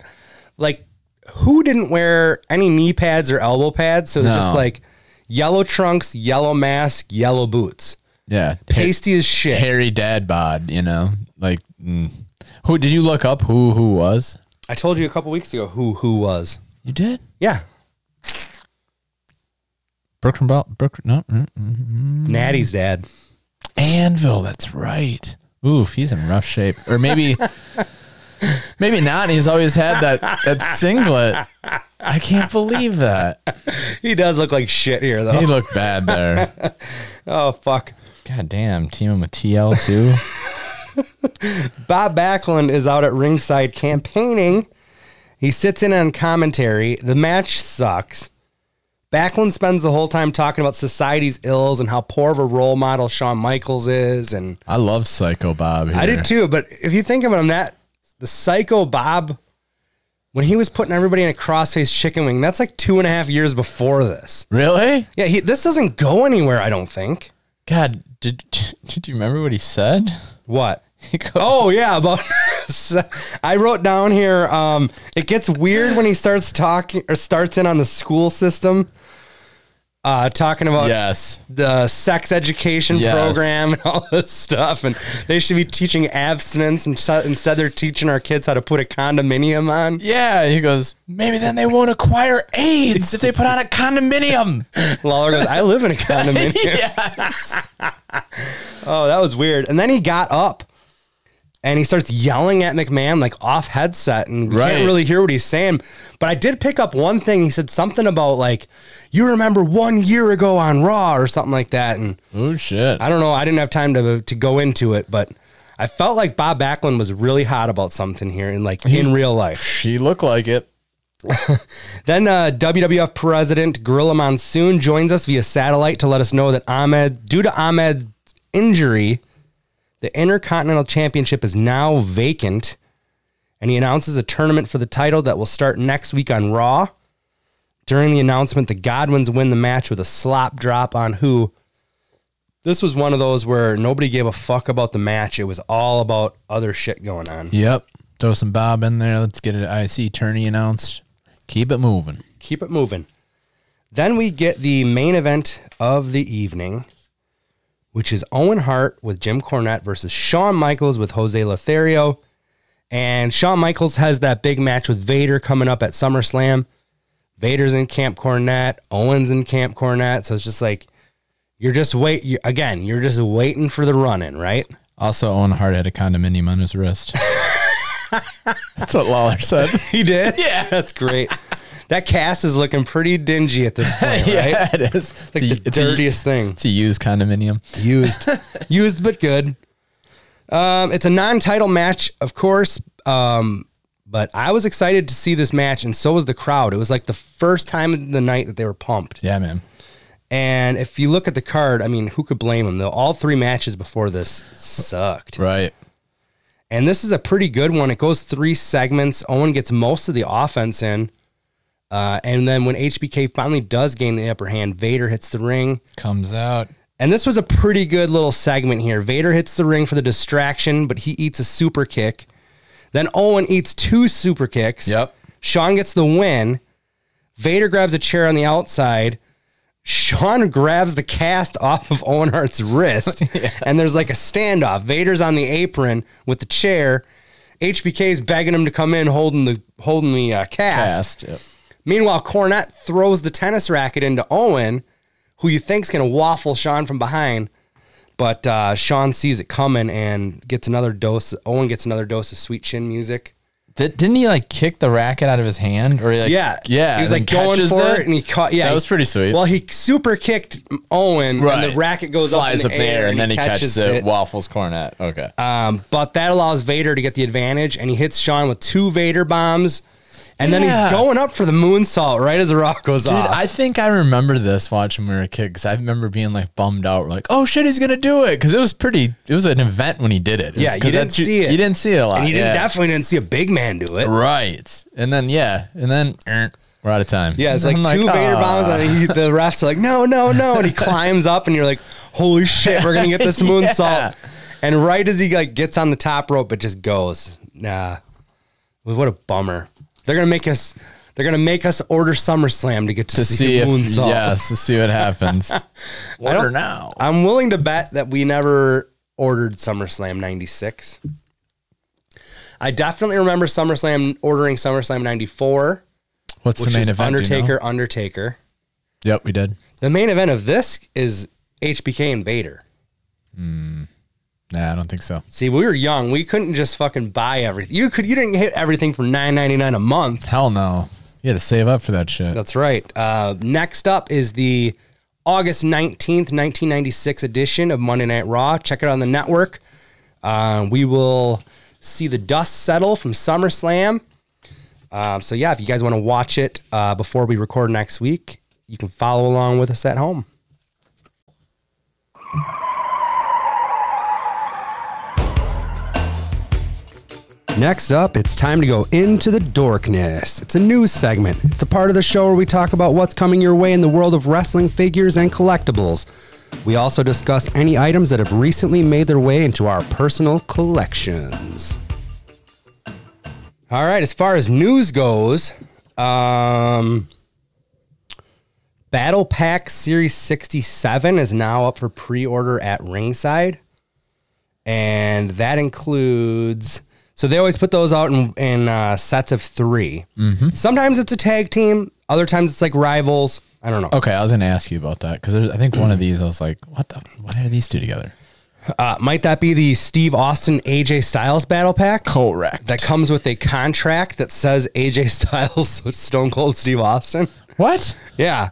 [SPEAKER 1] like, who didn't wear any knee pads or elbow pads? So it's just
[SPEAKER 2] No.
[SPEAKER 1] like yellow trunks, yellow mask, yellow boots.
[SPEAKER 2] (laughs) Yeah.
[SPEAKER 1] Pasty as shit.
[SPEAKER 2] Harry Dad bod, you know? Like, mm. who did you look up who who was?
[SPEAKER 1] I told you a couple weeks ago who who was.
[SPEAKER 2] You did?
[SPEAKER 1] Yeah.
[SPEAKER 2] Brooke from Bel- Brooke, no. mm, mm.
[SPEAKER 1] Natty's dad.
[SPEAKER 2] Anvil, that's right. Oof, he's in rough shape. Or (laughs) maybe. Maybe not. He's always had that, that singlet. I can't believe that.
[SPEAKER 1] He does look like shit here, though.
[SPEAKER 2] He (laughs) looked bad there.
[SPEAKER 1] oh, fuck.
[SPEAKER 2] God damn, team him with TL too.
[SPEAKER 1] Bob Backlund is out at ringside campaigning. He sits in on commentary. The match sucks. Backlund spends the whole time talking about society's ills and how poor of a role model Shawn Michaels is. And
[SPEAKER 2] I love Psycho Bob. Here.
[SPEAKER 1] I did too, but if you think of him, that the psycho Bob, when he was putting everybody in a crossface chicken wing, that's like two and a half years before this.
[SPEAKER 2] Really?
[SPEAKER 1] Yeah, he, this doesn't go anywhere, I don't think.
[SPEAKER 2] God, did (laughs) did you remember what he said? (laughs)
[SPEAKER 1] What?
[SPEAKER 2] He goes,
[SPEAKER 1] Oh yeah, about (laughs) I wrote down here. Um, it gets weird when he starts talking or starts in on the school system, uh, talking about
[SPEAKER 2] yes,
[SPEAKER 1] the sex education
[SPEAKER 2] Yes.
[SPEAKER 1] program and (laughs) all this stuff, and they should be teaching abstinence, and so- instead they're teaching our kids how to put a condominium
[SPEAKER 2] (laughs)
[SPEAKER 1] on.
[SPEAKER 2] yeah. He goes, maybe then they won't acquire AIDS if they put on a condominium. (laughs)
[SPEAKER 1] Lawler goes, "I live in a condominium." Oh, that was weird. And then he got up. And he starts yelling at McMahon like off headset, and we
[SPEAKER 2] Right.
[SPEAKER 1] can't really hear what he's saying. But I did pick up one thing. He said something about like, "You remember one year ago on Raw or something like that." And
[SPEAKER 2] Oh shit.
[SPEAKER 1] I don't know. I didn't have time to to go into it, but I felt like Bob Backlund was really hot about something here, and like in real life.
[SPEAKER 2] She looked like it.
[SPEAKER 1] Then uh, WWF President Gorilla Monsoon joins us via satellite to let us know that Ahmed, due to Ahmed's injury, the Intercontinental Championship is now vacant, and he announces a tournament for the title that will start next week on Raw. During the announcement, the Godwins win the match with a slop drop on who. This was one of those where nobody gave a fuck about the match. It was all about other shit going on.
[SPEAKER 2] Yep. Throw some Bob in there. Let's get an IC tourney announced. Keep it moving.
[SPEAKER 1] keep it moving. Then we get the main event of the evening, which is Owen Hart with Jim Cornette versus Shawn Michaels with Jose Lothario. And Shawn Michaels has that big match with Vader coming up at SummerSlam. Vader's in Camp Cornette, Owen's in Camp Cornette. So it's just like, you're just wait you, again. You're just waiting for the run in, right? (laughs)
[SPEAKER 2] Also, Owen Hart had a condominium on his wrist. That's what Lawler said.
[SPEAKER 1] (laughs) He did. Yeah, that's great. that cast is looking pretty dingy at (laughs) this point, right?
[SPEAKER 2] it is.
[SPEAKER 1] Like the dirtiest thing.
[SPEAKER 2] It's a used condominium.
[SPEAKER 1] used used but good um, it's a non-title match of course um, but i was excited to see this match and so was the crowd it was like the first time of the night that they were pumped
[SPEAKER 2] Yeah, man.
[SPEAKER 1] and if you look at the card i mean who could blame them though all three matches before this sucked
[SPEAKER 2] Right.
[SPEAKER 1] and this is a pretty good one it goes three segments owen gets most of the offense in Uh, and then when HBK finally does gain the upper hand, Vader hits the ring.
[SPEAKER 2] Comes out.
[SPEAKER 1] And this was a pretty good little segment here. Vader hits the ring for the distraction, but he eats a super kick. Then Owen eats two super kicks.
[SPEAKER 2] Yep.
[SPEAKER 1] Sean gets the win. Vader grabs a chair on the outside. Sean (laughs) grabs the cast off of Owen Hart's wrist. And there's like a standoff. Vader's on the apron with the chair. HBK's begging him to come in holding the holding the uh, cast.
[SPEAKER 2] Fast. Yep.
[SPEAKER 1] Meanwhile, Cornette throws the tennis racket into Owen, who you think's going to waffle Sean from behind. But uh, Sean sees it coming and gets another dose. Owen gets another dose of sweet chin music.
[SPEAKER 2] Did, didn't he like kick the racket out of his hand? Or he, like, yeah.
[SPEAKER 1] He was
[SPEAKER 2] and
[SPEAKER 1] like going
[SPEAKER 2] catches
[SPEAKER 1] for it, and he caught. Yeah,
[SPEAKER 2] That
[SPEAKER 1] he-
[SPEAKER 2] was pretty sweet.
[SPEAKER 1] Well, he super kicked Owen, and
[SPEAKER 2] Right.
[SPEAKER 1] the racket goes
[SPEAKER 2] flies
[SPEAKER 1] up, in the air,
[SPEAKER 2] and, then he catches, it. Waffles cornet. Okay.
[SPEAKER 1] Um, but that allows Vader to get the advantage, and he hits Sean with two Vader bombs, and then
[SPEAKER 2] Yeah.
[SPEAKER 1] he's going up for the moonsault right as the rock goes
[SPEAKER 2] Dude,
[SPEAKER 1] off.
[SPEAKER 2] I think I remember this watching when we were a kid because I remember being like bummed out, like, "Oh shit, he's gonna do it!" Because it was pretty. It was an event when he did it. It was-
[SPEAKER 1] Yeah, you
[SPEAKER 2] 'cause
[SPEAKER 1] didn't
[SPEAKER 2] that's-
[SPEAKER 1] see it.
[SPEAKER 2] You didn't see it a lot.
[SPEAKER 1] and he didn't,
[SPEAKER 2] yeah.
[SPEAKER 1] definitely didn't see a big man do it.
[SPEAKER 2] Right, and then yeah, and then er, we're out of time.
[SPEAKER 1] Yeah, it's like
[SPEAKER 2] (laughs) I'm "Oh,
[SPEAKER 1] two Vader
[SPEAKER 2] "Aw."
[SPEAKER 1] bombs, and he, the refs are like, "No, no, no!" And he climbs up, and you're like, "Holy shit, we're gonna get
[SPEAKER 2] (laughs)
[SPEAKER 1] this moonsault!"
[SPEAKER 2] Yeah.
[SPEAKER 1] And right as he like gets on the top rope, it just goes. Nah, Well, what a bummer. They're gonna make us. They're gonna make us order SummerSlam to get to,
[SPEAKER 2] to
[SPEAKER 1] see,
[SPEAKER 2] see
[SPEAKER 1] a
[SPEAKER 2] if
[SPEAKER 1] moonsault.
[SPEAKER 2] yes, to see
[SPEAKER 1] (laughs)
[SPEAKER 2] what happens. Order
[SPEAKER 1] don't-
[SPEAKER 2] now.
[SPEAKER 1] I'm willing to bet that we never ordered SummerSlam 96. I definitely remember SummerSlam ordering SummerSlam 94,
[SPEAKER 2] What's
[SPEAKER 1] which
[SPEAKER 2] the main
[SPEAKER 1] is
[SPEAKER 2] event? do you know?
[SPEAKER 1] Undertaker, Undertaker.
[SPEAKER 2] Yep, we did.
[SPEAKER 1] The main event of this is HBK and Vader.
[SPEAKER 2] Nah, I don't think so.
[SPEAKER 1] See, we were young. We couldn't just fucking buy everything. You could. You didn't hit everything for nine ninety nine a month.
[SPEAKER 2] Hell no. You had to save up for that shit.
[SPEAKER 1] That's right. Uh, next up is the August nineteenth, nineteen ninety six edition of Monday Night Raw. Check it out on the network. Uh, we will see the dust settle from SummerSlam. Um, so yeah, if you guys want to watch it uh, before we record next week, you can follow along with us at home.
[SPEAKER 4] Next up, it's time to go into the dorkness. It's a news segment. It's the part of the show where we talk about what's coming your way in the world of wrestling figures and collectibles. We also discuss any items that have recently made their way into our personal collections.
[SPEAKER 1] All right, as far as news goes, um, Battle Pack Series 67 is now up for pre order at ringside. And that includes. So they always put those out in, in uh, sets of 3
[SPEAKER 2] Mm-hmm.
[SPEAKER 1] Sometimes it's a tag team, other times it's like rivals. I don't know.
[SPEAKER 2] Okay, I was gonna ask you about that because I think
[SPEAKER 1] (clears throat)
[SPEAKER 2] one of these I was like, "What the? Why are these two together?"
[SPEAKER 1] Uh, might that be the Steve Austin AJ Styles Battle Pack?
[SPEAKER 2] Correct.
[SPEAKER 1] That comes with a contract that says AJ Styles (laughs) with Stone Cold Steve Austin.
[SPEAKER 2] what?
[SPEAKER 1] Yeah.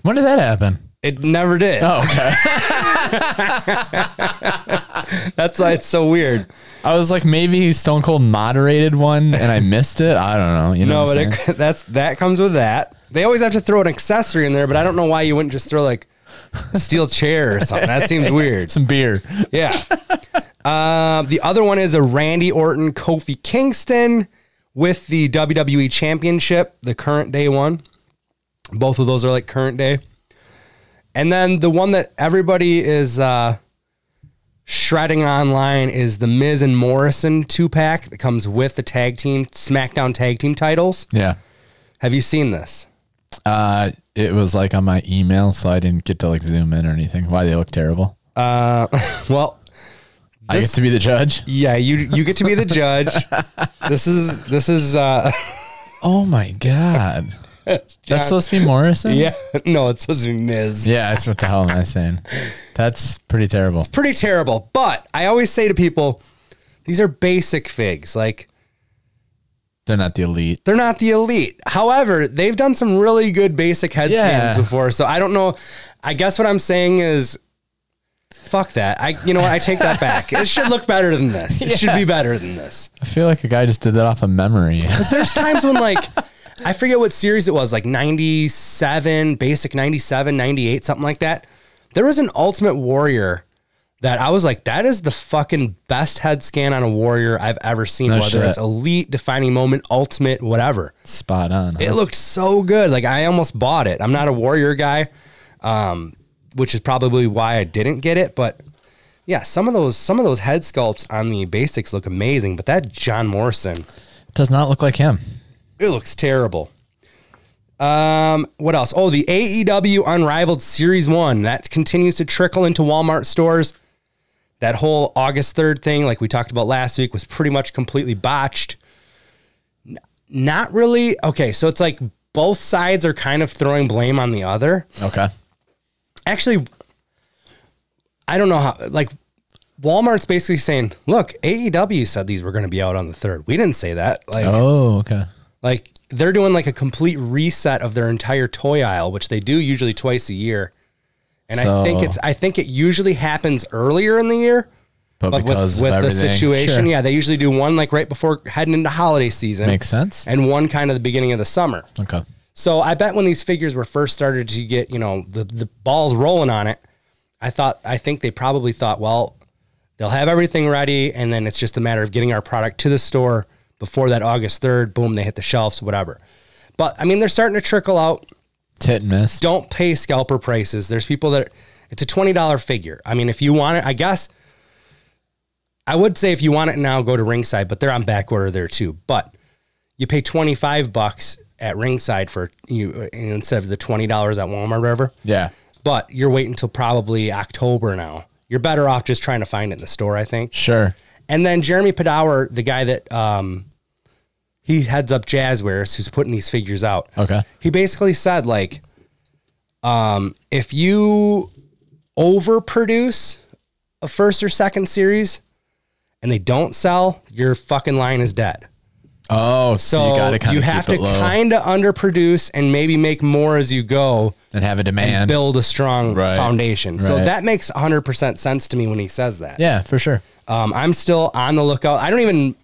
[SPEAKER 2] When did that happen?
[SPEAKER 1] It never did.
[SPEAKER 2] Oh, okay.
[SPEAKER 1] That's why it's so
[SPEAKER 2] (laughs)
[SPEAKER 1] weird.
[SPEAKER 2] (laughs) I was like, maybe Stone Cold moderated one and I missed it. I don't know. You
[SPEAKER 1] No,
[SPEAKER 2] know, what
[SPEAKER 1] but
[SPEAKER 2] I'm saying?
[SPEAKER 1] it, (laughs) that's that comes with that. They always have to throw an accessory in there, but I don't know why you wouldn't just throw like a steel chair or something. That seems weird.
[SPEAKER 2] some beer.
[SPEAKER 1] Yeah. Uh, the other one is a Randy Orton Kofi Kingston with the WWE Championship, the current day one. Both of those are like current day. And then the one that everybody is uh, shredding online is the Miz and Morrison two pack that comes with the tag team, SmackDown tag team titles.
[SPEAKER 2] Yeah.
[SPEAKER 1] Have you seen this?
[SPEAKER 2] Uh, it was like on my email, so I didn't get to like zoom in or anything. Why they look terrible?
[SPEAKER 1] Well,
[SPEAKER 2] I get
[SPEAKER 1] This-
[SPEAKER 2] to be
[SPEAKER 1] (laughs)
[SPEAKER 2] the judge.
[SPEAKER 1] yeah, you you get to be the judge. this is this is uh,
[SPEAKER 2] Oh my god.
[SPEAKER 1] John-
[SPEAKER 2] That's supposed to be Morrison.
[SPEAKER 1] Yeah, (laughs) no, it's supposed to be Miz.
[SPEAKER 2] Yeah. That's what the hell am I saying? That's pretty terrible.
[SPEAKER 1] Pretty terrible. But I always say to people, these are basic figs. Like
[SPEAKER 2] They're not the elite.
[SPEAKER 1] they're not the elite. However, they've done some really good basic headstands
[SPEAKER 2] Yeah.
[SPEAKER 1] before. So I don't know. I guess what I'm saying is, fuck that. I you know what? I take that back. it should look better than this. It should be better than this.
[SPEAKER 2] I feel like a guy just did that off
[SPEAKER 1] (laughs)
[SPEAKER 2] of memory.
[SPEAKER 1] Because there's times when like. I forget what series it was, like 97, basic 97, 98, something like that. There was an Ultimate Warrior that I was like, that is the fucking best head scan on a warrior I've ever seen,
[SPEAKER 2] No
[SPEAKER 1] whether
[SPEAKER 2] shit.
[SPEAKER 1] it's elite, defining moment, ultimate, whatever.
[SPEAKER 2] Spot on.
[SPEAKER 1] It looked so good. Like I almost bought it. I'm not a warrior guy, um, which is probably why I didn't get it. But yeah, some of those some of those head sculpts on the basics look amazing. But that John Morrison,
[SPEAKER 2] Does not look like him.
[SPEAKER 1] it looks terrible. Um, what else? Oh, the AEW Unrivaled Series One that continues to trickle into Walmart stores. That whole August third thing, like we talked about last week, was pretty much completely botched. N- Not really. Okay, so it's like both sides are kind of throwing blame on the other.
[SPEAKER 2] Okay.
[SPEAKER 1] Actually, I don't know how. Like, Walmart's basically saying, "Look, AEW said these were going to be out on the third. We didn't say that. Like,
[SPEAKER 2] Oh, okay.
[SPEAKER 1] like they're doing like a complete reset of their entire toy aisle, which they do usually twice a year. And I think
[SPEAKER 2] So-
[SPEAKER 1] it's I think it usually happens earlier in the year,
[SPEAKER 2] But,
[SPEAKER 1] but with,
[SPEAKER 2] because
[SPEAKER 1] with
[SPEAKER 2] of
[SPEAKER 1] the
[SPEAKER 2] everything,
[SPEAKER 1] situation,
[SPEAKER 2] sure.
[SPEAKER 1] yeah, they usually do one like right before heading into holiday season,
[SPEAKER 2] makes sense.
[SPEAKER 1] and one kind of the beginning of the summer.
[SPEAKER 2] Okay.
[SPEAKER 1] So I bet when these figures were first started to get, you know, the, the balls rolling on it, I thought, I think they probably thought, well, they'll have everything ready. And then it's just a matter of getting our product to the store before that August 3rd. Boom, they hit the shelves, whatever. But I mean, they're starting to trickle out.
[SPEAKER 2] Tit and miss.
[SPEAKER 1] Don't pay scalper prices. There's people that, it's a $20 figure. I mean, if you want it, I guess I would say if you want it now, go to ringside, but they're on back order there too. But you pay 25 bucks at ringside for you you know, instead of the $20 at Walmart or whatever.
[SPEAKER 2] Yeah.
[SPEAKER 1] But you're waiting until probably October now. You're better off just trying to find it in the store, I think.
[SPEAKER 2] Sure.
[SPEAKER 1] And then Jeremy Padower, the guy that um he heads up Jazzwares, who's putting these figures out.
[SPEAKER 2] Okay.
[SPEAKER 1] He basically said like um if you overproduce a first or second series and they don't sell, your fucking line is dead.
[SPEAKER 2] Oh, so,
[SPEAKER 1] So
[SPEAKER 2] you got to kind
[SPEAKER 1] you
[SPEAKER 2] of
[SPEAKER 1] have
[SPEAKER 2] keep
[SPEAKER 1] to
[SPEAKER 2] it low
[SPEAKER 1] kind of underproduce and maybe make more as you go
[SPEAKER 2] and have a
[SPEAKER 1] and
[SPEAKER 2] demand.
[SPEAKER 1] build a strong
[SPEAKER 2] Right.
[SPEAKER 1] foundation. So
[SPEAKER 2] Right.
[SPEAKER 1] that makes 100% sense to me when he says that.
[SPEAKER 2] yeah, for sure.
[SPEAKER 1] Um, I'm still on the lookout. I don't even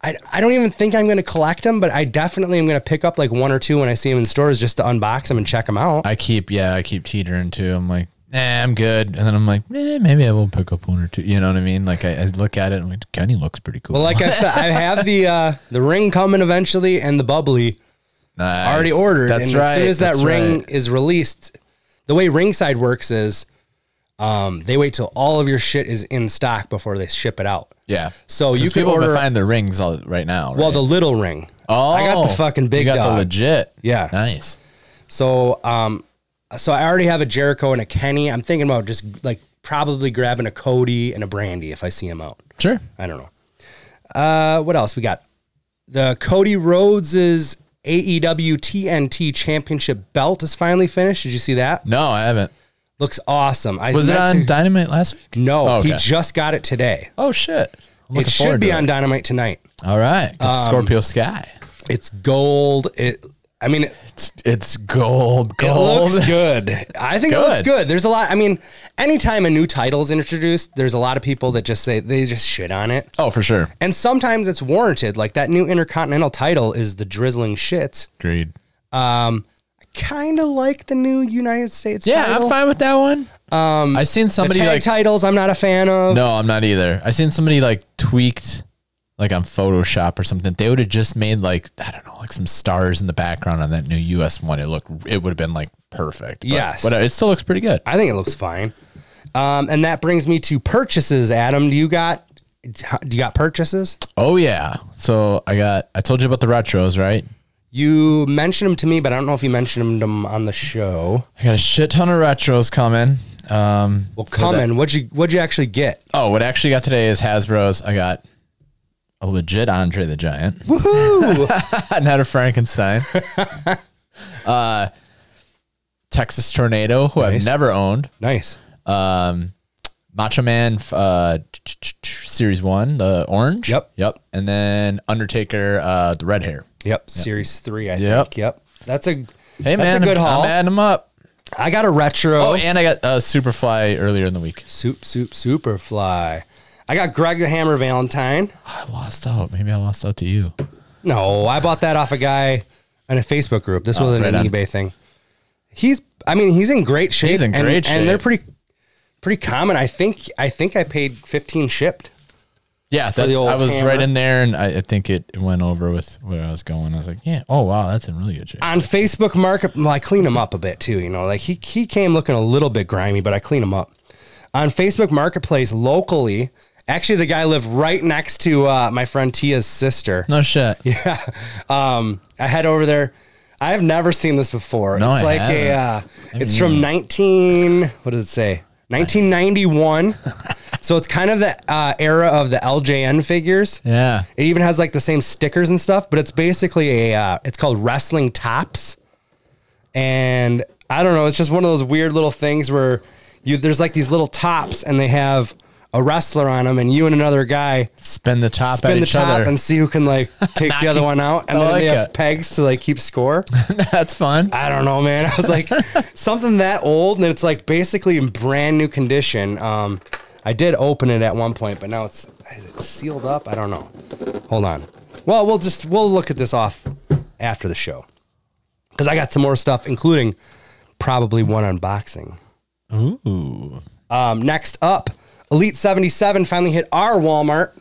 [SPEAKER 1] I, I don't even think I'm going to collect them, but I definitely am going to pick up like one or two when I see them in stores just to unbox them and check them out.
[SPEAKER 2] I keep yeah, I keep teetering too. I'm like, eh, I'm good, and then I'm like, eh, maybe I will pick up one or two. You know what I mean? Like I, I look at it and I'm like Kenny looks pretty cool.
[SPEAKER 1] Well, like I said, I have the uh, the ring coming eventually and the bubbly
[SPEAKER 2] Nice.
[SPEAKER 1] already ordered.
[SPEAKER 2] That's
[SPEAKER 1] and
[SPEAKER 2] right.
[SPEAKER 1] As soon as that
[SPEAKER 2] that's
[SPEAKER 1] ring
[SPEAKER 2] right.
[SPEAKER 1] is released, the way ringside works is um, they wait till all of your shit is in stock before they ship it out.
[SPEAKER 2] yeah.
[SPEAKER 1] So
[SPEAKER 2] 'Cause
[SPEAKER 1] you can
[SPEAKER 2] people
[SPEAKER 1] order-
[SPEAKER 2] find the rings all right now.
[SPEAKER 1] Well,
[SPEAKER 2] right?
[SPEAKER 1] the little ring.
[SPEAKER 2] oh,
[SPEAKER 1] I got the fucking big
[SPEAKER 2] You got the
[SPEAKER 1] dog.
[SPEAKER 2] legit.
[SPEAKER 1] Yeah.
[SPEAKER 2] Nice.
[SPEAKER 1] So, um, so I already have a Jericho and a Kenny. I'm thinking about just like probably grabbing a Cody and a Brandy if I see him out.
[SPEAKER 2] Sure.
[SPEAKER 1] I don't know. Uh, what else we got? The Cody E Rhodes's AEW TNT Championship belt is finally finished. Did you see that?
[SPEAKER 2] No, I haven't.
[SPEAKER 1] Looks awesome. I
[SPEAKER 2] Was it
[SPEAKER 1] meant
[SPEAKER 2] on
[SPEAKER 1] to-
[SPEAKER 2] Dynamite last week?
[SPEAKER 1] no,
[SPEAKER 2] Oh,
[SPEAKER 1] he
[SPEAKER 2] okay.
[SPEAKER 1] just got it today.
[SPEAKER 2] Oh shit. I'm
[SPEAKER 1] It
[SPEAKER 2] looking
[SPEAKER 1] should
[SPEAKER 2] forward
[SPEAKER 1] be
[SPEAKER 2] to
[SPEAKER 1] on Um,
[SPEAKER 2] it.
[SPEAKER 1] Dynamite tonight.
[SPEAKER 2] All right. It's Scorpio Sky.
[SPEAKER 1] It's gold. It. I mean, it,
[SPEAKER 2] It's it's gold.
[SPEAKER 1] It
[SPEAKER 2] Gold.
[SPEAKER 1] looks good. I think it looks
[SPEAKER 2] Good.
[SPEAKER 1] good. There's a lot. I mean, anytime a new title is introduced, there's a lot of people that just say they just shit on it.
[SPEAKER 2] (laughs) oh, for sure.
[SPEAKER 1] And sometimes it's warranted. Like that new Intercontinental title is the drizzling shit.
[SPEAKER 2] Agreed.
[SPEAKER 1] I kind of like the new United States
[SPEAKER 2] Yeah,
[SPEAKER 1] title.
[SPEAKER 2] I'm fine with that one. Um, I seen
[SPEAKER 1] The
[SPEAKER 2] somebody
[SPEAKER 1] tag
[SPEAKER 2] like
[SPEAKER 1] titles, I'm not a fan of.
[SPEAKER 2] no, I'm not either. I seen somebody like tweaked like on Photoshop or something. They would have just made like I don't know, like some stars in the background on that new US one. It looked it would have been like perfect. But
[SPEAKER 1] Yes.
[SPEAKER 2] whatever, it still looks pretty good.
[SPEAKER 1] I think it looks fine. Um, and that brings me to purchases. Adam, do you got do you got purchases?
[SPEAKER 2] Oh yeah. So I got I told you about the retros, right?
[SPEAKER 1] You mentioned them to me, but I don't know if you mentioned them on the show.
[SPEAKER 2] I got a shit ton of retros coming. Um
[SPEAKER 1] Well, coming. What'd you what'd you actually get?
[SPEAKER 2] oh, what I actually got today is Hasbro's. I got a legit Andre the Giant.
[SPEAKER 1] Woohoo!
[SPEAKER 2] (laughs) not a (laughs) Frankenstein. uh, Texas Tornado, who
[SPEAKER 1] Nice.
[SPEAKER 2] I've never owned.
[SPEAKER 1] (laughs) nice.
[SPEAKER 2] Um, Macho Man f- uh, t- t- t- t- Series 1, the orange.
[SPEAKER 1] Yep.
[SPEAKER 2] Yep. And then Undertaker, uh, the red hair.
[SPEAKER 1] Yep. Series three, I
[SPEAKER 2] Yep.
[SPEAKER 1] think. Yep. That's a
[SPEAKER 2] Hey,
[SPEAKER 1] that's
[SPEAKER 2] man.
[SPEAKER 1] a good
[SPEAKER 2] I'm,
[SPEAKER 1] haul.
[SPEAKER 2] I'm adding them up.
[SPEAKER 1] I got a retro
[SPEAKER 2] Oh, and I got uh, Superfly earlier in the week.
[SPEAKER 1] soup soup superfly. I got Greg the Hammer Valentine.
[SPEAKER 2] I lost out. Maybe I lost out to you.
[SPEAKER 1] No, I bought that off a guy in a Facebook group. This wasn't
[SPEAKER 2] Oh, right
[SPEAKER 1] an
[SPEAKER 2] on.
[SPEAKER 1] eBay thing. He's I mean, he's in great shape.
[SPEAKER 2] He's in
[SPEAKER 1] and,
[SPEAKER 2] great
[SPEAKER 1] And they're
[SPEAKER 2] shape.
[SPEAKER 1] pretty pretty common. I think I think I paid 15 shipped.
[SPEAKER 2] Yeah, that's.
[SPEAKER 1] old
[SPEAKER 2] I was
[SPEAKER 1] hammer.
[SPEAKER 2] right in there, and I, I think it went over with where I was going. I was like, "Yeah, oh wow, that's in really good shape."
[SPEAKER 1] On Facebook Market, well, I clean him up a bit too, you know. Like he he came looking a little bit grimy, but I clean him up. On Facebook Marketplace locally, actually the guy lived right next to uh, my friend Tia's sister.
[SPEAKER 2] No shit. Yeah,
[SPEAKER 1] um, I head over there. I've never seen this before.
[SPEAKER 2] No,
[SPEAKER 1] it's
[SPEAKER 2] I
[SPEAKER 1] like a, uh,
[SPEAKER 2] haven't.
[SPEAKER 1] it's from 19, what does it say?
[SPEAKER 2] (laughs)
[SPEAKER 1] 1991. so it's kind of the uh, era of the LJN figures.
[SPEAKER 2] yeah.
[SPEAKER 1] It even has like the same stickers and stuff, but it's basically a, uh, it's called wrestling tops. And I don't know, it's just one of those weird little things where you, there's like these little tops and they have a wrestler on them and you and another guy
[SPEAKER 2] Spin the top at
[SPEAKER 1] spin the
[SPEAKER 2] each
[SPEAKER 1] top
[SPEAKER 2] other.
[SPEAKER 1] and see who can
[SPEAKER 2] (laughs)
[SPEAKER 1] like take the other one out, and
[SPEAKER 2] I
[SPEAKER 1] then they
[SPEAKER 2] like
[SPEAKER 1] have
[SPEAKER 2] it.
[SPEAKER 1] pegs to like keep score.
[SPEAKER 2] (laughs) that's fun.
[SPEAKER 1] I don't know, man. (laughs) I was like something that old, and it's like basically in brand new condition. Um, I did open it at one point, but now it's is it sealed up. I don't know. Hold on. Well, we'll just we'll look at this off after the show because I got some more stuff, including probably one unboxing.
[SPEAKER 2] Ooh.
[SPEAKER 1] Um, next up, Elite 77 finally hit our Walmart,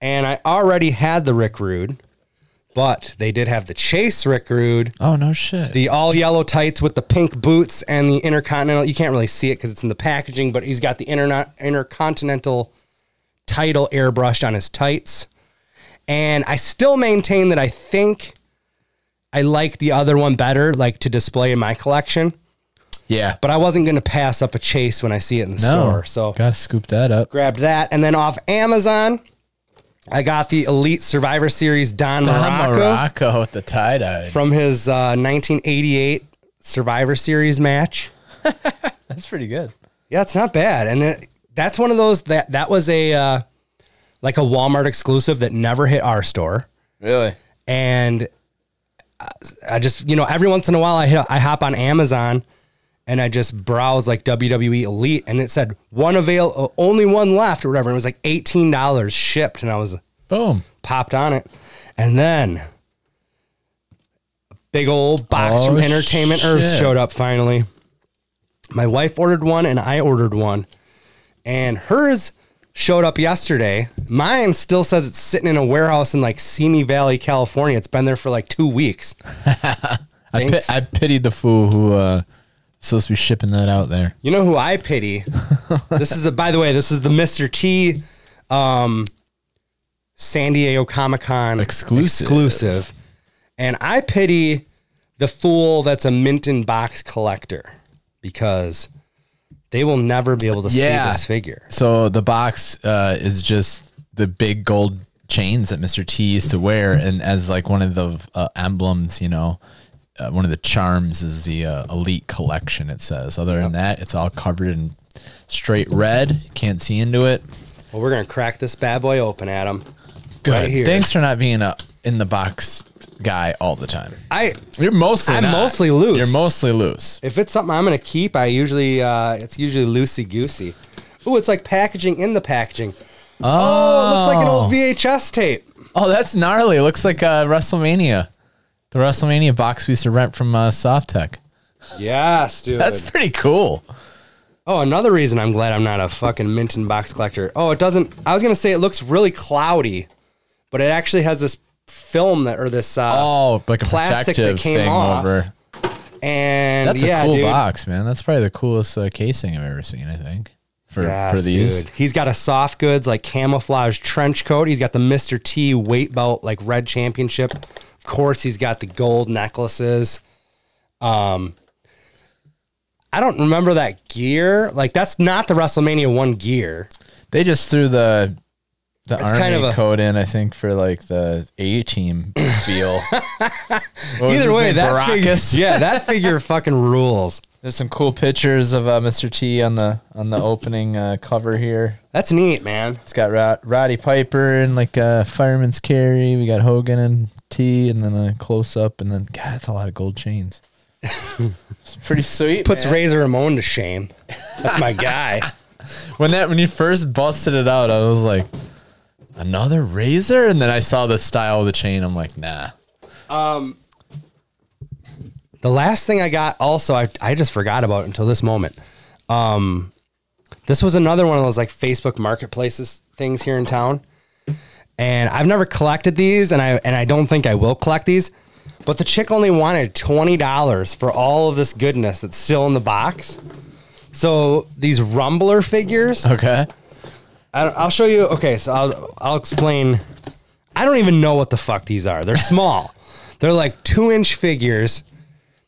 [SPEAKER 1] and I already had the Rick Rude, but they did have the Chase Rick Rude,
[SPEAKER 2] Oh no shit.
[SPEAKER 1] the all yellow tights with the pink boots and the Intercontinental. You can't really see it because it's in the packaging, but he's got the interna- Intercontinental title airbrushed on his tights. And I still maintain that I think I like the other one better, like to display in my collection.
[SPEAKER 2] yeah.
[SPEAKER 1] But I wasn't going to pass up a chase when I see it in the
[SPEAKER 2] No.
[SPEAKER 1] store. So
[SPEAKER 2] gotta scoop that up.
[SPEAKER 1] grabbed that. And then off Amazon, I got the Elite Survivor Series Don,
[SPEAKER 2] Don
[SPEAKER 1] Morocco,
[SPEAKER 2] Morocco with the tie dye.
[SPEAKER 1] from his uh, 1988 Survivor Series match.
[SPEAKER 2] That's pretty good.
[SPEAKER 1] Yeah, it's not bad. And it, that's one of those that that was a uh, like a Walmart exclusive that never hit our store.
[SPEAKER 2] Really.
[SPEAKER 1] And I- I just you know every once in a while I hit, I hop on Amazon. And I just browse like WWE Elite, and it said one avail, uh, only one left, or whatever. And it was like eighteen dollars shipped, and I was
[SPEAKER 2] Boom.
[SPEAKER 1] popped on it. And then a big old box
[SPEAKER 2] Oh,
[SPEAKER 1] from Entertainment Earth
[SPEAKER 2] shit.
[SPEAKER 1] showed up finally. My wife ordered one and I ordered one. And hers showed up yesterday. Mine still says it's sitting in a warehouse in like Simi Valley, California. It's been there for like two weeks.
[SPEAKER 2] I, pi-
[SPEAKER 1] Thanks.
[SPEAKER 2] I pitied the fool who uh supposed to be shipping that out there.
[SPEAKER 1] You know who I
[SPEAKER 2] (laughs)
[SPEAKER 1] pity? this is a by the way, this is the Mr. T um San Diego Comic Con
[SPEAKER 2] Exclusive.
[SPEAKER 1] exclusive. And I pity the fool that's a mint in box collector because they will never be able to see
[SPEAKER 2] Yeah.
[SPEAKER 1] this figure.
[SPEAKER 2] So the box uh, is just the big gold chains that Mr. T used to wear, and as like one of the uh, emblems, you know, uh, one of the charms is the uh, elite collection. It says. Other than that, it's all covered in straight red. Can't see into it.
[SPEAKER 1] Well, we're gonna crack this bad boy open, Adam.
[SPEAKER 2] Good.
[SPEAKER 1] Right here.
[SPEAKER 2] Thanks for not being a in the box guy all the time.
[SPEAKER 1] I
[SPEAKER 2] You're mostly.
[SPEAKER 1] I'm
[SPEAKER 2] not.
[SPEAKER 1] mostly loose.
[SPEAKER 2] You're mostly loose.
[SPEAKER 1] if it's something I'm gonna keep, I usually uh, it's usually loosey goosey. Ooh, it's like packaging in the packaging. Oh, it looks like an old VHS tape.
[SPEAKER 2] Oh, that's gnarly. Looks like uh, WrestleMania, the WrestleMania box we used to rent from uh, Softtech.
[SPEAKER 1] Yes, dude.
[SPEAKER 2] That's pretty cool.
[SPEAKER 1] oh, another reason I'm glad I'm not a fucking mint and box collector. Oh, it doesn't. I was gonna say it looks really cloudy, but it actually has this film that or this uh,
[SPEAKER 2] Oh, like a
[SPEAKER 1] plastic that
[SPEAKER 2] protective
[SPEAKER 1] came
[SPEAKER 2] thing
[SPEAKER 1] off.
[SPEAKER 2] over.
[SPEAKER 1] and
[SPEAKER 2] That's
[SPEAKER 1] yeah,
[SPEAKER 2] a cool
[SPEAKER 1] dude.
[SPEAKER 2] box, man. That's probably the coolest uh, casing I've ever seen. I think for
[SPEAKER 1] Yes,
[SPEAKER 2] for these.
[SPEAKER 1] dude. He's got a soft goods like camouflage trench coat. He's got the Mr. T weight belt like red championship. Of course, he's got the gold necklaces. Um, I don't remember that gear. Like that's not the WrestleMania one gear.
[SPEAKER 2] They just threw the the
[SPEAKER 1] It's
[SPEAKER 2] army
[SPEAKER 1] kind of a-
[SPEAKER 2] code in. I think for like the A
[SPEAKER 1] (laughs)
[SPEAKER 2] team feel. What was
[SPEAKER 1] Either
[SPEAKER 2] his
[SPEAKER 1] way,
[SPEAKER 2] name?
[SPEAKER 1] that figure, (laughs)
[SPEAKER 2] Baracus?
[SPEAKER 1] yeah, that figure fucking rules.
[SPEAKER 2] There's some cool pictures of uh, Mr. T on the on the opening uh, cover here.
[SPEAKER 1] That's neat, man.
[SPEAKER 2] It's got Rod- Roddy Piper and like a fireman's carry. We got Hogan and T, and then a close up, and then God, that's a lot of
[SPEAKER 1] (laughs)
[SPEAKER 2] gold chains. it's pretty sweet.
[SPEAKER 1] Puts
[SPEAKER 2] man.
[SPEAKER 1] Razor Ramon to shame. That's my guy.
[SPEAKER 2] when that when you first busted it out, I was like, another razor, and then I saw the style of the chain. I'm like, nah.
[SPEAKER 1] The last thing I got also I, I just forgot about it until this moment. Um This was another one of those like Facebook marketplaces things here in town. And I've never collected these and I and I don't think I will collect these. But the chick only wanted $20 for all of this goodness that's still in the box. So these rumbler figures,
[SPEAKER 2] Okay.
[SPEAKER 1] I don't, I'll show you. Okay, so I'll I'll explain. I don't even know what the fuck these are. They're small. They're like two inch figures.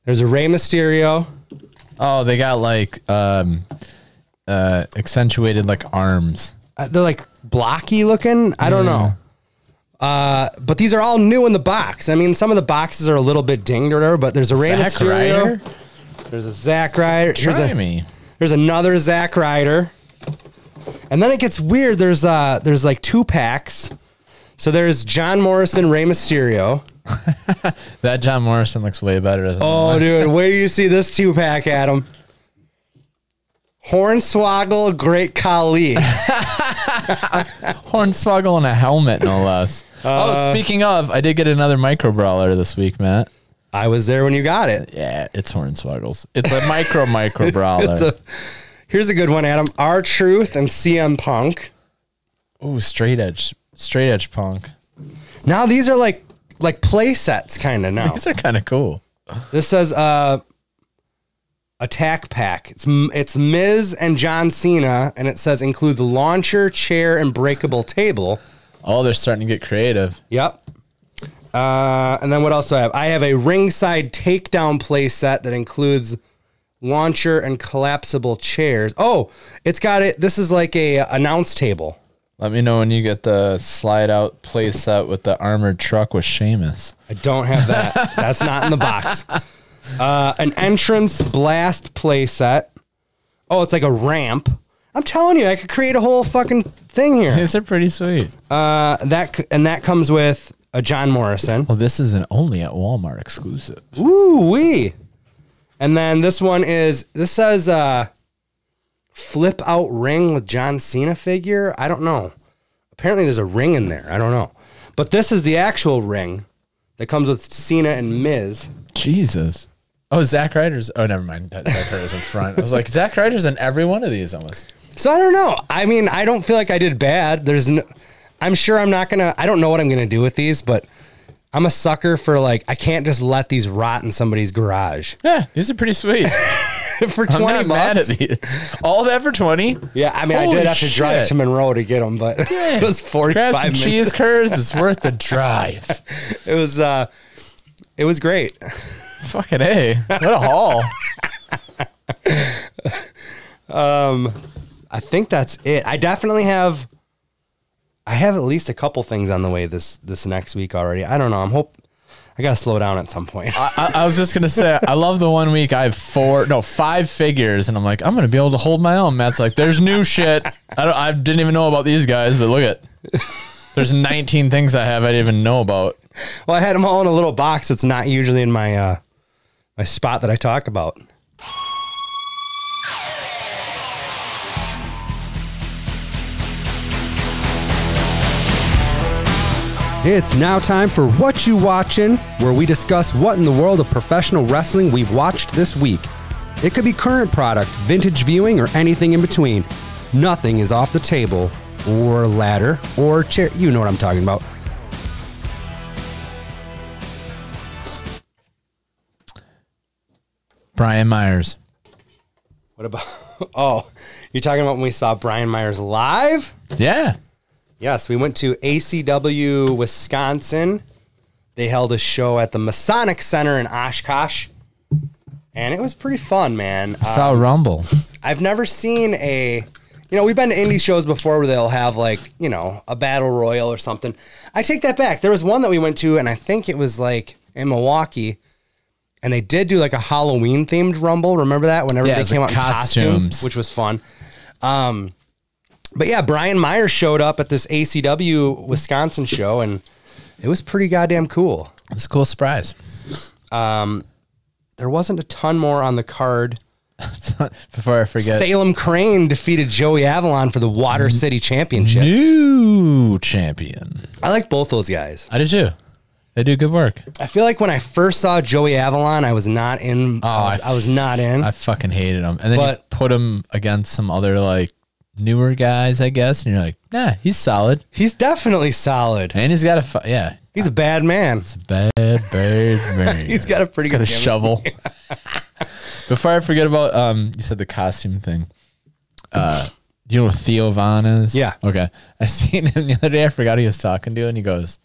[SPEAKER 1] There's a Rey Mysterio.
[SPEAKER 2] Oh, they got like um uh accentuated like arms.
[SPEAKER 1] Uh, They're like blocky looking. I don't know. Uh, but these are all new in the box. I mean, some of the boxes are a little bit dinged or whatever. But there's a Rey
[SPEAKER 2] Zack
[SPEAKER 1] Mysterio.
[SPEAKER 2] Ryder?
[SPEAKER 1] There's a Zack Ryder. Here's
[SPEAKER 2] Try
[SPEAKER 1] a,
[SPEAKER 2] me.
[SPEAKER 1] There's another Zack Ryder. And then it gets weird. There's uh there's like two packs. So there's John Morrison, Rey Mysterio.
[SPEAKER 2] That John Morrison looks way better than
[SPEAKER 1] Oh, dude, where do you see this two pack, Adam? Hornswoggle, Great Khali.
[SPEAKER 2] Hornswoggle and a helmet, no (laughs) less. oh, speaking of, I did get another micro brawler this week, Matt.
[SPEAKER 1] I was there when you got it.
[SPEAKER 2] Yeah, it's Hornswoggles. It's a micro (laughs) micro brawler.
[SPEAKER 1] It's a, here's a good one, Adam. Our Truth and CM Punk.
[SPEAKER 2] Ooh, straight edge, straight edge punk.
[SPEAKER 1] Now these are like like play sets kind of now.
[SPEAKER 2] These are kind of cool.
[SPEAKER 1] This says uh attack pack. It's M- it's Miz and John Cena and it says includes launcher, chair and breakable table.
[SPEAKER 2] Oh, they're starting to get creative.
[SPEAKER 1] Yep. Uh, and then what else do I have? I have a ringside takedown play set that includes launcher and collapsible chairs. Oh, it's got it. This is like a announce table.
[SPEAKER 2] Let me know when you get the slide out play set with the armored truck with Seamus.
[SPEAKER 1] I don't have that. That's not in the box. Uh, an entrance blast play set. Oh, it's like a ramp. I'm telling you, I could create a whole fucking thing
[SPEAKER 2] (laughs)
[SPEAKER 1] here.
[SPEAKER 2] These are pretty sweet.
[SPEAKER 1] Uh, that c- and that comes with a John Morrison.
[SPEAKER 2] Well, Oh, this is an only at Walmart exclusive.
[SPEAKER 1] Ooh wee. And then this one is this says uh flip out ring with John Cena figure. I don't know. Apparently there's a ring in there. I don't know. But this is the actual ring that comes with Cena and Miz.
[SPEAKER 2] Jesus. Oh, Zack Ryder's. Oh, never mind. That Zack Ryder's in front. I was like, Zack Ryder's in every one of these almost.
[SPEAKER 1] So I don't know. I mean, I don't feel like I did bad. There's no I'm sure I'm not gonna I don't know what I'm gonna do with these, but I'm a sucker for like I can't just let these rot in somebody's garage. (laughs)
[SPEAKER 2] Yeah, these are pretty sweet.
[SPEAKER 1] for 20
[SPEAKER 2] I'm not
[SPEAKER 1] bucks.
[SPEAKER 2] mad at these. All that for twenty.
[SPEAKER 1] Yeah, I mean, I
[SPEAKER 2] Holy
[SPEAKER 1] did have to drive
[SPEAKER 2] shit.
[SPEAKER 1] to Monroe to get them, but (laughs) it was forty-five
[SPEAKER 2] Grab some
[SPEAKER 1] minutes.
[SPEAKER 2] cheese curds. It's worth the (laughs) drive.
[SPEAKER 1] It was, uh, it was great.
[SPEAKER 2] Fucking a. What a haul.
[SPEAKER 1] I think that's it. I definitely have, I have at least a couple things on the way this this next week already. I don't know. I'm hope I gotta slow down at some point.
[SPEAKER 2] I, I was just gonna say, I love the one week I have four, no, five figures, and I'm like, I'm gonna be able to hold my own. Matt's like, there's new shit. I don't, I didn't even know about these guys, but look at. There's 19 things I have I didn't even know about.
[SPEAKER 1] well, I had them all in a little box that's not usually in my uh, my spot that I talk about.
[SPEAKER 4] It's now time for What You Watchin', where we discuss what in the world of professional wrestling we've watched this week. It could be current product, vintage viewing, or anything in between. Nothing is off the table, or ladder, or chair. You know what I'm talking about.
[SPEAKER 2] Brian Myers.
[SPEAKER 1] What about? (laughs) Oh, you're talking about when we saw Brian Myers live?
[SPEAKER 2] Yeah.
[SPEAKER 1] Yes, we went to ACW Wisconsin. They held a show at the Masonic Center in Oshkosh, and it was pretty fun, man. Uh,
[SPEAKER 2] Saw Rumble.
[SPEAKER 1] I've never seen a, you know, we've been to indie shows before where they'll have like, you know, a battle royal or something. I take that back. There was one that we went to, and I think it was like in Milwaukee, and they did do like a Halloween themed rumble. Remember that? Whenever
[SPEAKER 2] Yeah, it
[SPEAKER 1] they
[SPEAKER 2] was
[SPEAKER 1] came out
[SPEAKER 2] like
[SPEAKER 1] in costume,
[SPEAKER 2] costumes.
[SPEAKER 1] which was fun. Um, but yeah, Brian Meyer showed up at this ACW Wisconsin show, and it was pretty goddamn cool.
[SPEAKER 2] It's a cool surprise. (laughs)
[SPEAKER 1] There wasn't a ton more on the card.
[SPEAKER 2] Before I forget,
[SPEAKER 1] Salem Crane defeated Joey Avalon for the Water
[SPEAKER 2] Mm-hmm.
[SPEAKER 1] City Championship.
[SPEAKER 2] new champion.
[SPEAKER 1] I like both those guys.
[SPEAKER 2] I do too. They do good work.
[SPEAKER 1] I feel like when I first saw Joey Avalon, I was not in. I, was,
[SPEAKER 2] Oh, I
[SPEAKER 1] I was not in.
[SPEAKER 2] I fucking hated him. And then you
[SPEAKER 1] But-
[SPEAKER 2] put him against some other like newer guys, I guess, and you're like, nah, he's solid,
[SPEAKER 1] He's definitely solid.
[SPEAKER 2] and he's got a fi- yeah,
[SPEAKER 1] He's a bad man.
[SPEAKER 2] it's a bad bad (laughs) man.
[SPEAKER 1] He's got a pretty
[SPEAKER 2] got a
[SPEAKER 1] good gimmick.
[SPEAKER 2] shovel. (laughs) Before I forget about um, you said the costume thing. Uh, you know who Theo Von is?
[SPEAKER 1] Yeah.
[SPEAKER 2] Okay. I (laughs) seen him the other day. I forgot he was talking to, and he goes,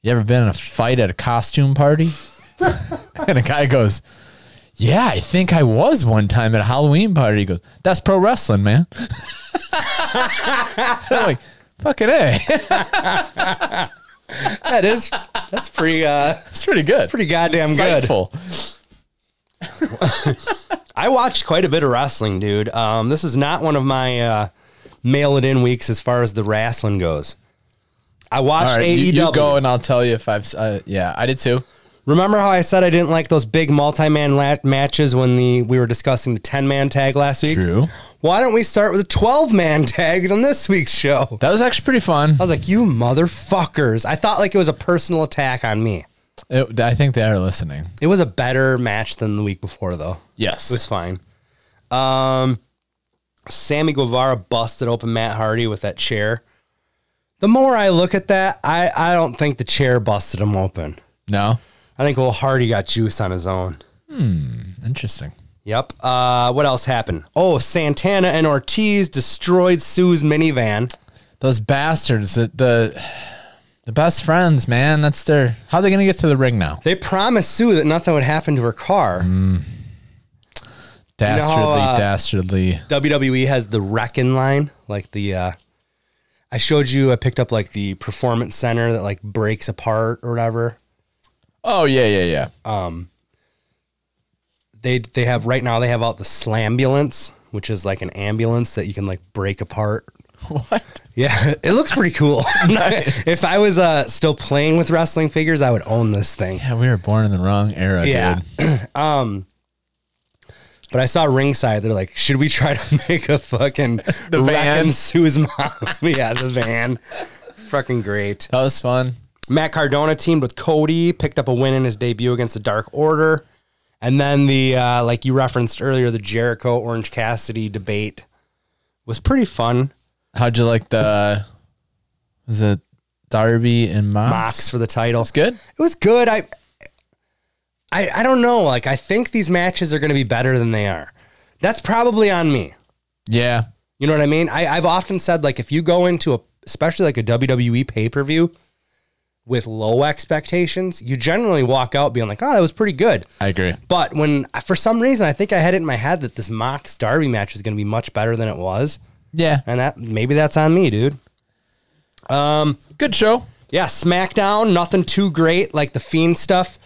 [SPEAKER 2] "You ever been in a fight at a costume party?" (laughs) and a guy goes, "Yeah, I think I was one time at a Halloween party." He goes, "That's pro wrestling, man." (laughs) I'm like, "Fucking a, (laughs)
[SPEAKER 1] That is that's pretty uh
[SPEAKER 2] that's pretty good.
[SPEAKER 1] pretty goddamn good.
[SPEAKER 2] Insightful.
[SPEAKER 1] I watched quite a bit of wrestling, dude. Um, this is not one of my uh, mail it in weeks as far as the wrestling goes. I
[SPEAKER 2] All
[SPEAKER 1] watched E
[SPEAKER 2] right, you,
[SPEAKER 1] AEW.
[SPEAKER 2] you go, and I'll tell you if I've. s- Uh, yeah, I did too.
[SPEAKER 1] Remember how I said I didn't like those big multi-man lat- matches when the we were discussing the 10-man tag last week?
[SPEAKER 2] True.
[SPEAKER 1] Why don't we start with a 12-man tag on this week's show?
[SPEAKER 2] That was actually pretty fun.
[SPEAKER 1] I was like, "You motherfuckers." I thought like it was a personal attack on me.
[SPEAKER 2] It- I think they are listening.
[SPEAKER 1] It was a better match than the week before though. It was
[SPEAKER 2] Yes.
[SPEAKER 1] fine. Um, Sammy Guevara busted open Matt Hardy with that chair. The more I look at that, I, I don't think the chair busted him open.
[SPEAKER 2] No.
[SPEAKER 1] I think old Hardy got juice on his own.
[SPEAKER 2] Interesting.
[SPEAKER 1] Yep. Uh, what else happened? Oh, Santana and Ortiz destroyed Sue's minivan.
[SPEAKER 2] Those bastards. The the, the best friends, man. That's their. How are they gonna get to the ring now?
[SPEAKER 1] They promised Sue that nothing would happen to her car.
[SPEAKER 2] Dastardly,
[SPEAKER 1] uh,
[SPEAKER 2] dastardly.
[SPEAKER 1] WWE E has the Reckon line, like the. Uh, I showed you. I picked up like the performance center that like breaks apart or whatever.
[SPEAKER 2] Oh yeah, yeah, yeah.
[SPEAKER 1] they they have right now they have out the slambulance which is like an ambulance that you can like break apart
[SPEAKER 2] what?
[SPEAKER 1] yeah it looks pretty cool (laughs) if i was uh still playing with wrestling figures i would own this thing
[SPEAKER 2] Yeah, we were born in the wrong era,
[SPEAKER 1] yeah
[SPEAKER 2] dude.
[SPEAKER 1] (clears throat) um but i saw ringside they're like should we try to (laughs) make a fucking the
[SPEAKER 2] van?
[SPEAKER 1] sue's mom (laughs) yeah the van fucking great
[SPEAKER 2] That was fun.
[SPEAKER 1] Matt Cardona teamed with Cody, picked up a win in his debut against the Dark Order, and then the uh, like you referenced earlier, the Jericho Orange Cassidy debate was pretty fun.
[SPEAKER 2] How'd you like the? Was it Darby and Mox?
[SPEAKER 1] Box for the title.
[SPEAKER 2] It's good.
[SPEAKER 1] It was good. I, I I don't know. Like I think these matches are going to be better than they are. That's probably on me.
[SPEAKER 2] Yeah.
[SPEAKER 1] You know what I mean? I, I've often said like if you go into a especially like a WWE pay per view with low expectations, you generally walk out being like, oh, that was pretty good.
[SPEAKER 2] I agree.
[SPEAKER 1] But when for some reason I think I had it in my head that this Mox Darby match was going to be much better than it was,
[SPEAKER 2] Yeah.
[SPEAKER 1] and that maybe that's on me, dude.
[SPEAKER 2] Good show.
[SPEAKER 1] Yeah, SmackDown, nothing too great. Like the Fiend stuff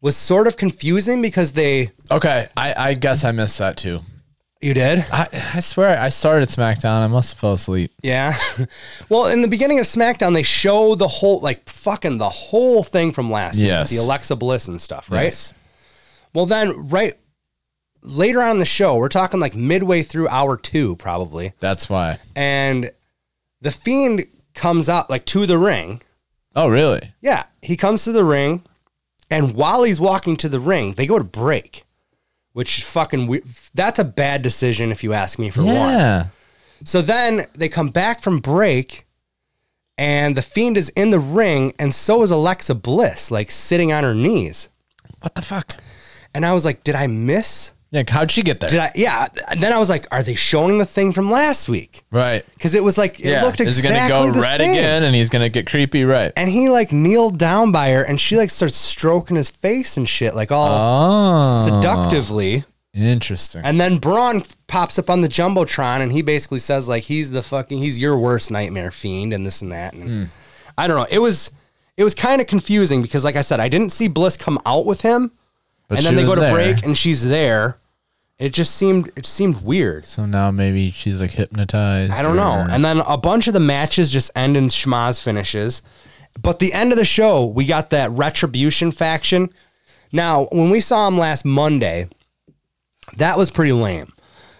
[SPEAKER 1] was sort of confusing because they
[SPEAKER 2] Okay, I, I guess I missed that too.
[SPEAKER 1] you did,
[SPEAKER 2] I, I swear I started SmackDown. I must have fell asleep.
[SPEAKER 1] yeah. (laughs) well, in the beginning of SmackDown, they show the whole like fucking the whole thing from last year,
[SPEAKER 2] Yes.
[SPEAKER 1] the Alexa Bliss and stuff, right?
[SPEAKER 2] Yes.
[SPEAKER 1] Well, then right later on in the show, we're talking like midway through hour two, probably.
[SPEAKER 2] That's why.
[SPEAKER 1] and the fiend comes out like to the ring.
[SPEAKER 2] Oh, really?
[SPEAKER 1] Yeah, he comes to the ring, and while he's walking to the ring, they go to break, which is fucking we- that's a bad decision if you ask me for one.
[SPEAKER 2] Yeah.
[SPEAKER 1] So then they come back from break, and the fiend is in the ring, and so is Alexa Bliss, like sitting on her knees.
[SPEAKER 2] What the fuck?
[SPEAKER 1] And I was like, did I miss?
[SPEAKER 2] Nick, how'd she get there?
[SPEAKER 1] Did I? Yeah. And then I was like, are they showing the thing from last week?
[SPEAKER 2] right.
[SPEAKER 1] Because it was like it looked
[SPEAKER 2] Is
[SPEAKER 1] exactly
[SPEAKER 2] it gonna go
[SPEAKER 1] the
[SPEAKER 2] red
[SPEAKER 1] same.
[SPEAKER 2] again and he's gonna get creepy? Right.
[SPEAKER 1] and he like kneeled down by her and she like starts stroking his face and shit like all
[SPEAKER 2] Oh,
[SPEAKER 1] seductively
[SPEAKER 2] interesting.
[SPEAKER 1] and then braun pops up on the jumbotron and he basically says like he's the fucking he's your worst nightmare fiend and this and that and
[SPEAKER 2] Hmm.
[SPEAKER 1] i don't know it was it was kind of confusing because like i said i didn't see bliss come out with him
[SPEAKER 2] But
[SPEAKER 1] and
[SPEAKER 2] she
[SPEAKER 1] then they go
[SPEAKER 2] was
[SPEAKER 1] to
[SPEAKER 2] there.
[SPEAKER 1] break and she's there it just seemed it seemed weird
[SPEAKER 2] So now maybe she's like hypnotized.
[SPEAKER 1] I don't know.
[SPEAKER 2] or-
[SPEAKER 1] And then a bunch of the matches just end in schmaz finishes. But the end of the show, we got that retribution faction. Now, when we saw him last Monday, that was pretty lame.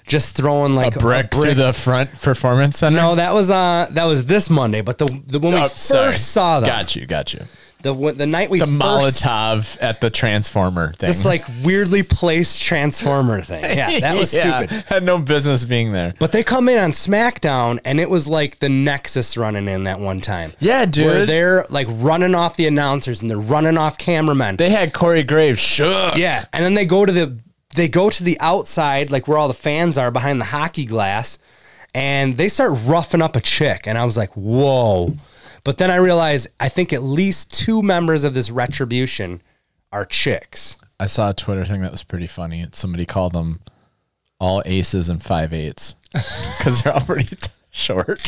[SPEAKER 1] Just throwing like
[SPEAKER 2] a brick through the front performance center.
[SPEAKER 1] no, that was uh that was this Monday, but the, the when we
[SPEAKER 2] Oh,
[SPEAKER 1] first
[SPEAKER 2] sorry.
[SPEAKER 1] saw them,
[SPEAKER 2] Got you. Got you.
[SPEAKER 1] the when- the night we
[SPEAKER 2] the
[SPEAKER 1] first-
[SPEAKER 2] Molotov at the Transformer thing.
[SPEAKER 1] this like weirdly placed transformer thing. Yeah, that was
[SPEAKER 2] (laughs) Yeah,
[SPEAKER 1] stupid.
[SPEAKER 2] Had no business being there.
[SPEAKER 1] But they come in on SmackDown, and it was like the Nexus running in that one time.
[SPEAKER 2] Yeah,
[SPEAKER 1] Where
[SPEAKER 2] dude.
[SPEAKER 1] they're like running off the announcers and they're running off cameramen.
[SPEAKER 2] They had Corey Graves shook.
[SPEAKER 1] Yeah, and then they go to the they go to the outside, like where all the fans are behind the hockey glass, and they start roughing up a chick, and I was like, whoa. But then I realized I think at least two members of this retribution are chicks.
[SPEAKER 2] I saw a Twitter thing that was pretty funny. Somebody called them all aces and
[SPEAKER 1] (laughs)
[SPEAKER 2] five eights because they're all pretty t- short.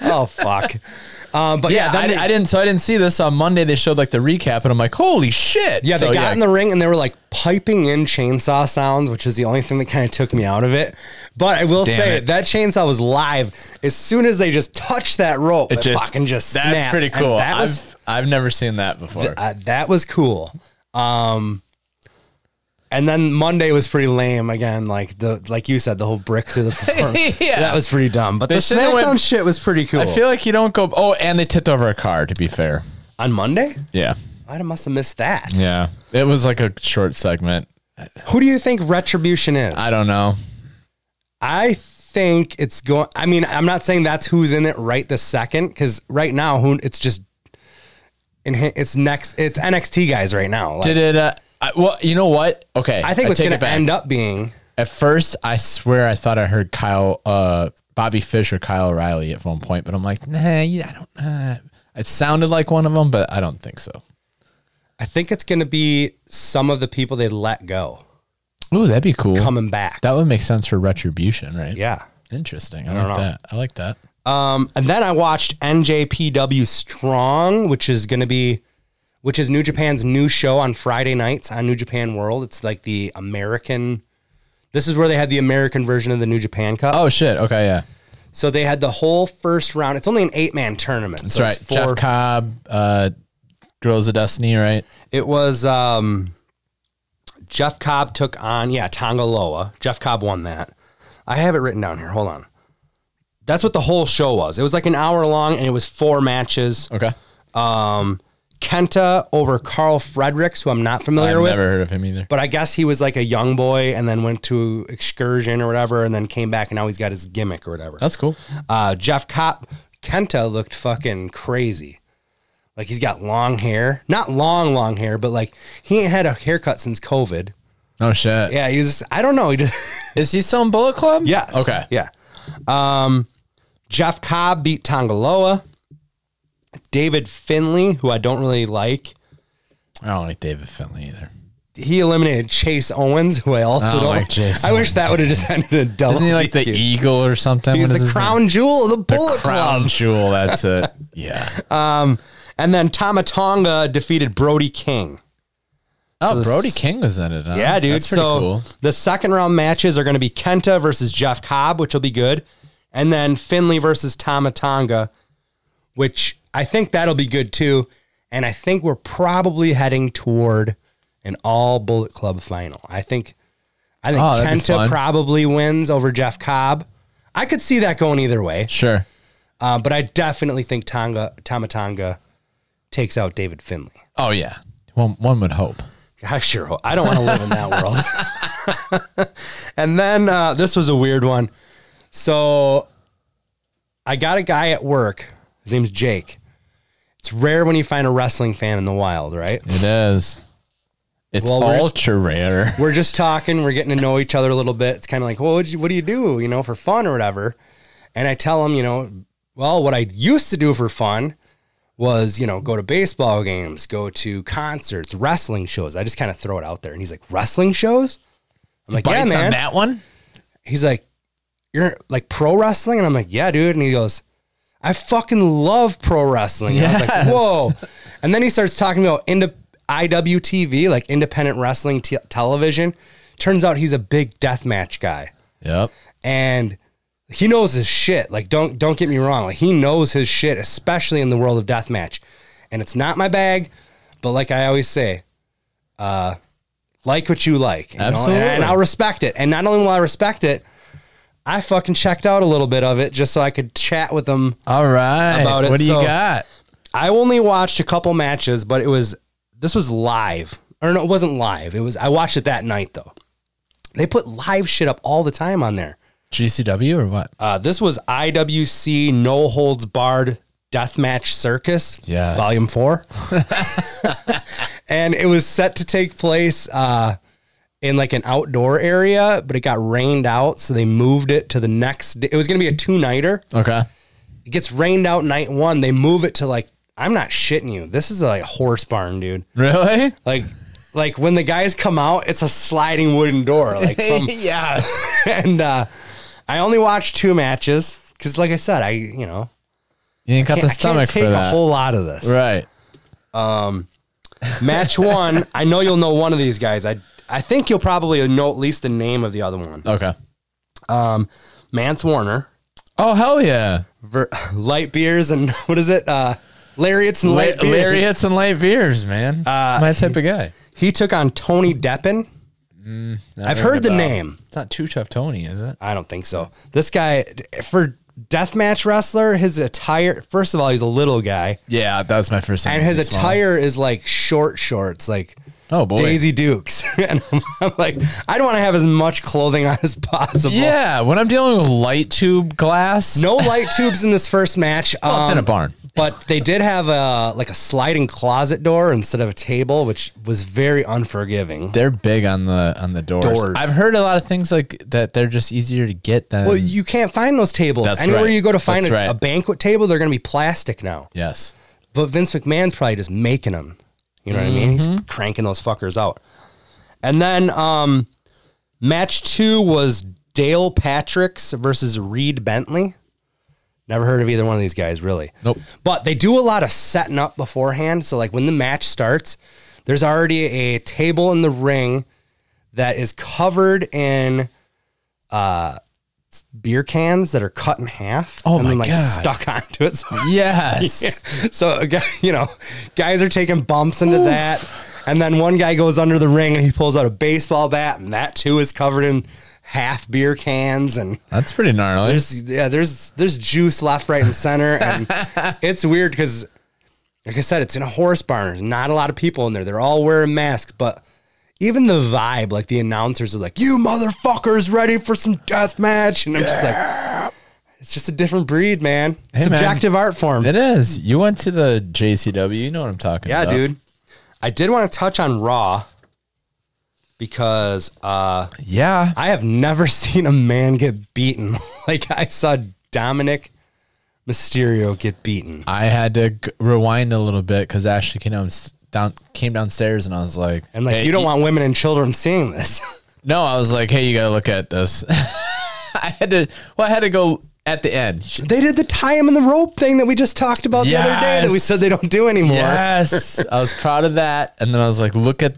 [SPEAKER 1] Oh
[SPEAKER 2] (laughs)
[SPEAKER 1] fuck. um, but yeah,
[SPEAKER 2] Yeah,
[SPEAKER 1] then
[SPEAKER 2] I,
[SPEAKER 1] they-
[SPEAKER 2] I didn't. So I didn't see this on Monday. They showed like the recap, and I'm like, holy shit!
[SPEAKER 1] Yeah, they
[SPEAKER 2] So,
[SPEAKER 1] got in the ring and they were like piping in chainsaw sounds, which was the only thing that kind of took me out of it. But I will
[SPEAKER 2] Damn
[SPEAKER 1] say
[SPEAKER 2] it.
[SPEAKER 1] that chainsaw was live. As soon as they just touched that rope, it, fucking just
[SPEAKER 2] that's
[SPEAKER 1] snapped.
[SPEAKER 2] pretty
[SPEAKER 1] And
[SPEAKER 2] cool.
[SPEAKER 1] That was
[SPEAKER 2] I've I've never seen that before.
[SPEAKER 1] uh, that was cool. Um, and then Monday was pretty lame again. Like the like you said, the whole brick
[SPEAKER 2] (laughs)
[SPEAKER 1] through the performance.
[SPEAKER 2] Yeah.
[SPEAKER 1] that was pretty dumb. But the
[SPEAKER 2] should've
[SPEAKER 1] SmackDown
[SPEAKER 2] went-
[SPEAKER 1] shit was pretty cool.
[SPEAKER 2] I feel like you don't go. Oh, and they tipped over a car. To be fair,
[SPEAKER 1] on Monday,
[SPEAKER 2] yeah,
[SPEAKER 1] I must have missed that.
[SPEAKER 2] yeah. It was like a short segment.
[SPEAKER 1] Who do you think Retribution is?
[SPEAKER 2] I don't know.
[SPEAKER 1] I think it's going. I mean, I'm not saying that's who's in it right this second, because right now, who it's just, and it's next, it's NXT guys right now. Like,
[SPEAKER 2] Did it? Uh, I, well, you know what? Okay,
[SPEAKER 1] I think what's going to end up being
[SPEAKER 2] At first, I swear I thought I heard Kyle, uh, Bobby Fish or Kyle O'Reilly at one point, but I'm like, nah, yeah, I don't. Uh, it sounded like one of them, but I don't think so.
[SPEAKER 1] I think it's going to be some of the people they let go
[SPEAKER 2] Ooh, that'd be cool.
[SPEAKER 1] coming back.
[SPEAKER 2] That would make sense for retribution, right?
[SPEAKER 1] yeah.
[SPEAKER 2] Interesting. I, like that. I like that.
[SPEAKER 1] Um, and then I watched NJPW Strong, which is going to be, which is New Japan's new show on Friday nights on New Japan World. It's like the American. This is where they had the American version of the New Japan Cup.
[SPEAKER 2] Oh shit. Okay, yeah.
[SPEAKER 1] So they had the whole first round. It's only an eight man tournament.
[SPEAKER 2] That's
[SPEAKER 1] so
[SPEAKER 2] right.
[SPEAKER 1] it's Four,
[SPEAKER 2] Jeff Cobb, uh, Girls of Destiny, right?
[SPEAKER 1] it was um, Jeff Cobb took on, yeah, Tonga Loa. Jeff Cobb won that. I have it written down here. Hold on. That's what the whole show was. It was like an hour long and it was four matches.
[SPEAKER 2] Okay.
[SPEAKER 1] Um, Kenta over Carl Fredericks, who I'm not familiar
[SPEAKER 2] I've
[SPEAKER 1] with.
[SPEAKER 2] never heard of him either.
[SPEAKER 1] But I guess he was like a young boy and then went to excursion or whatever and then came back and now he's got his gimmick or whatever.
[SPEAKER 2] That's cool.
[SPEAKER 1] Uh, Jeff Cop Kenta looked fucking crazy. Like he's got long hair, not long, long hair, but like he ain't had a haircut since COVID.
[SPEAKER 2] Oh shit.
[SPEAKER 1] Yeah, he's I don't know. He just (laughs)
[SPEAKER 2] Is he still in Bullet Club?
[SPEAKER 1] yes,
[SPEAKER 2] Okay.
[SPEAKER 1] yeah. Um, Jeff Cobb beat Tongaloa. David Finley, who I don't really like,
[SPEAKER 2] I don't like David Finley either.
[SPEAKER 1] he eliminated Chase Owens, who I also
[SPEAKER 2] I
[SPEAKER 1] don't.
[SPEAKER 2] don't like Oh, Chase
[SPEAKER 1] I wish that would have just (laughs) ended in a double.
[SPEAKER 2] Isn't he like the
[SPEAKER 1] DQ.
[SPEAKER 2] Eagle or something?
[SPEAKER 1] He's
[SPEAKER 2] What is
[SPEAKER 1] the
[SPEAKER 2] his name?
[SPEAKER 1] crown jewel of the Bullet Club.
[SPEAKER 2] Crown jewel. That's (laughs) it. Yeah.
[SPEAKER 1] And then Tamatonga defeated Brody King.
[SPEAKER 2] Oh,
[SPEAKER 1] this-
[SPEAKER 2] Brody King was in it. Huh?
[SPEAKER 1] Yeah, dude.
[SPEAKER 2] That's pretty
[SPEAKER 1] so
[SPEAKER 2] cool.
[SPEAKER 1] the second round matches are going to be Kenta versus Jeff Cobb, which will be good, and then Finley versus Tamatonga, which I think that'll be good too. And I think we're probably heading toward an all Bullet Club final. I think, I think
[SPEAKER 2] Oh, that'd be
[SPEAKER 1] Kenta
[SPEAKER 2] fun.
[SPEAKER 1] probably wins over Jeff Cobb. I could see that going either way,
[SPEAKER 2] Sure.
[SPEAKER 1] uh, but I definitely think Tonga Tamatonga takes out David Finley.
[SPEAKER 2] Oh yeah. One one would hope.
[SPEAKER 1] I sure hope. I don't want to live in that world. (laughs) and then uh, this was a weird one. So I got a guy at work. His name's Jake. It's rare when you find a wrestling fan in the wild, right?
[SPEAKER 2] It is. It's
[SPEAKER 1] Well, we're-
[SPEAKER 2] ultra rare.
[SPEAKER 1] We're just talking. We're getting to know each other a little bit. It's kind of like, well, what'd you, what do you do, you know, for fun or whatever? And I tell him, you know, well, what I used to do for fun was, you know, go to baseball games, go to concerts, wrestling shows. I just kind of throw it out there. And he's like, wrestling shows? I'm like, yeah,
[SPEAKER 2] Bites on
[SPEAKER 1] man.
[SPEAKER 2] that one.
[SPEAKER 1] he's like, you're like pro wrestling? And I'm like, yeah, dude. And he goes, I fucking love pro wrestling. And I
[SPEAKER 2] Yes.
[SPEAKER 1] was like, whoa. And then he starts talking about ind- IWTV, like independent wrestling t- television. Turns out he's a big deathmatch guy
[SPEAKER 2] Yep.
[SPEAKER 1] and he knows his shit. Like don't don't get me wrong. Like he knows his shit, especially in the world of deathmatch. And it's not my bag, but like I always say, uh, like what you like. you know? And-
[SPEAKER 2] Absolutely.
[SPEAKER 1] and I'll respect it. And not only will I respect it, I fucking checked out a little bit of it just so I could chat with him
[SPEAKER 2] All right.
[SPEAKER 1] About it,
[SPEAKER 2] What do
[SPEAKER 1] so-
[SPEAKER 2] you got?
[SPEAKER 1] I only watched a couple matches, but it was this was live. Or no, it wasn't live. It was I watched it that night though. They put live shit up all the time on there.
[SPEAKER 2] GCW or what?
[SPEAKER 1] Uh, this was IWC No Holds Barred Deathmatch Circus,
[SPEAKER 2] Yes.
[SPEAKER 1] Volume Four, and it was set to take place uh, in like an outdoor area, but it got rained out, so they moved it to the next. Day. It was going to be a two nighter.
[SPEAKER 2] Okay.
[SPEAKER 1] It gets rained out night one. They move it to like I'm not shitting you. This is like a horse barn, dude.
[SPEAKER 2] Really?
[SPEAKER 1] Like. Like when the guys come out, it's a sliding wooden door. Like (laughs) from
[SPEAKER 2] yeah.
[SPEAKER 1] and uh, I only watched two matches because, like I said, I you know
[SPEAKER 2] You ain't got the
[SPEAKER 1] I can't
[SPEAKER 2] stomach
[SPEAKER 1] take
[SPEAKER 2] for
[SPEAKER 1] a
[SPEAKER 2] that.
[SPEAKER 1] whole lot of this.
[SPEAKER 2] right. (laughs)
[SPEAKER 1] Match one, I know you'll know one of these guys. I I think you'll probably know at least the name of the other one.
[SPEAKER 2] Okay.
[SPEAKER 1] Mance Warner,
[SPEAKER 2] Oh hell yeah!
[SPEAKER 1] ver- (laughs) light beers and (laughs) what is it? Uh, lariats and
[SPEAKER 2] La-
[SPEAKER 1] light beers. Uh,
[SPEAKER 2] Lariats and light beers, man. It's my type of guy.
[SPEAKER 1] He took on Tony Deppen. I've heard the
[SPEAKER 2] about.
[SPEAKER 1] name.
[SPEAKER 2] It's not too tough, Tony, is it?
[SPEAKER 1] I don't think so. This guy for deathmatch wrestler, his attire. First of all, he's a little guy,
[SPEAKER 2] Yeah, that was my first. thing.
[SPEAKER 1] and his
[SPEAKER 2] It's small.
[SPEAKER 1] attire is like short shorts, like.
[SPEAKER 2] Oh boy.
[SPEAKER 1] Daisy Dukes. (laughs) and I'm, I'm like, I don't want to have as much clothing (laughs) on as possible.
[SPEAKER 2] Yeah, when I'm dealing with light tube glass.
[SPEAKER 1] No light tubes in this first match. um,
[SPEAKER 2] Well, it's in a barn.
[SPEAKER 1] But they did have a like a sliding closet door instead of a table, which was very unforgiving.
[SPEAKER 2] They're big on the on the doors.
[SPEAKER 1] Doors.
[SPEAKER 2] I've heard a lot of things like that. They're just easier to get than.
[SPEAKER 1] Well, you can't find those tables.
[SPEAKER 2] That's
[SPEAKER 1] Anywhere
[SPEAKER 2] right.
[SPEAKER 1] you go to find a,
[SPEAKER 2] That's right.
[SPEAKER 1] a banquet table, they're going to be plastic now.
[SPEAKER 2] yes.
[SPEAKER 1] But Vince McMahon's probably just making them. You know what I mean? He's
[SPEAKER 2] Mm-hmm.
[SPEAKER 1] cranking those fuckers out. And then um, match two was Dale Patricks versus Reed Bentley. Never heard of either one of these guys, really.
[SPEAKER 2] Nope.
[SPEAKER 1] But they do a lot of setting up beforehand. So, like, when the match starts, there's already a table in the ring that is covered in uh, beer cans that are cut in half
[SPEAKER 2] Oh
[SPEAKER 1] and then,
[SPEAKER 2] my
[SPEAKER 1] like,
[SPEAKER 2] God.
[SPEAKER 1] stuck (laughs) onto it. So (laughs)
[SPEAKER 2] Yes.
[SPEAKER 1] so a guy- you know, guys are taking bumps into that, and then one guy goes under the ring and he pulls out a baseball bat, and that too is covered in half beer cans and
[SPEAKER 2] That's pretty gnarly.
[SPEAKER 1] there's yeah there's there's juice left right and center and it's weird because like i said it's in a horse barn there's not a lot of people in there they're all wearing masks but even the vibe like the announcers are like you motherfuckers ready for some death match and i'm just like it's just a different breed man
[SPEAKER 2] Hey, man.
[SPEAKER 1] subjective art form
[SPEAKER 2] it is. You went to the JCW. You know what I'm talking
[SPEAKER 1] yeah,
[SPEAKER 2] about.
[SPEAKER 1] dude. I did want to touch on Raw because uh,
[SPEAKER 2] Yeah.
[SPEAKER 1] I have never (laughs) seen a man get beaten (laughs) like I saw Dominic Mysterio get beaten.
[SPEAKER 2] I had to g- rewind a little bit because Ashley came down, down came downstairs and I was like,
[SPEAKER 1] And like,
[SPEAKER 2] "Hey,
[SPEAKER 1] you don't want women and children seeing this. (laughs)
[SPEAKER 2] No, I was like, hey, you gotta look at this. (laughs) I had to. Well, I had to go at the end.
[SPEAKER 1] they did the tie him in the rope thing that we just talked about the other day that we
[SPEAKER 2] Yes.
[SPEAKER 1] said they don't do anymore.
[SPEAKER 2] Yes, (laughs) I was proud of that. And then I was like, look at,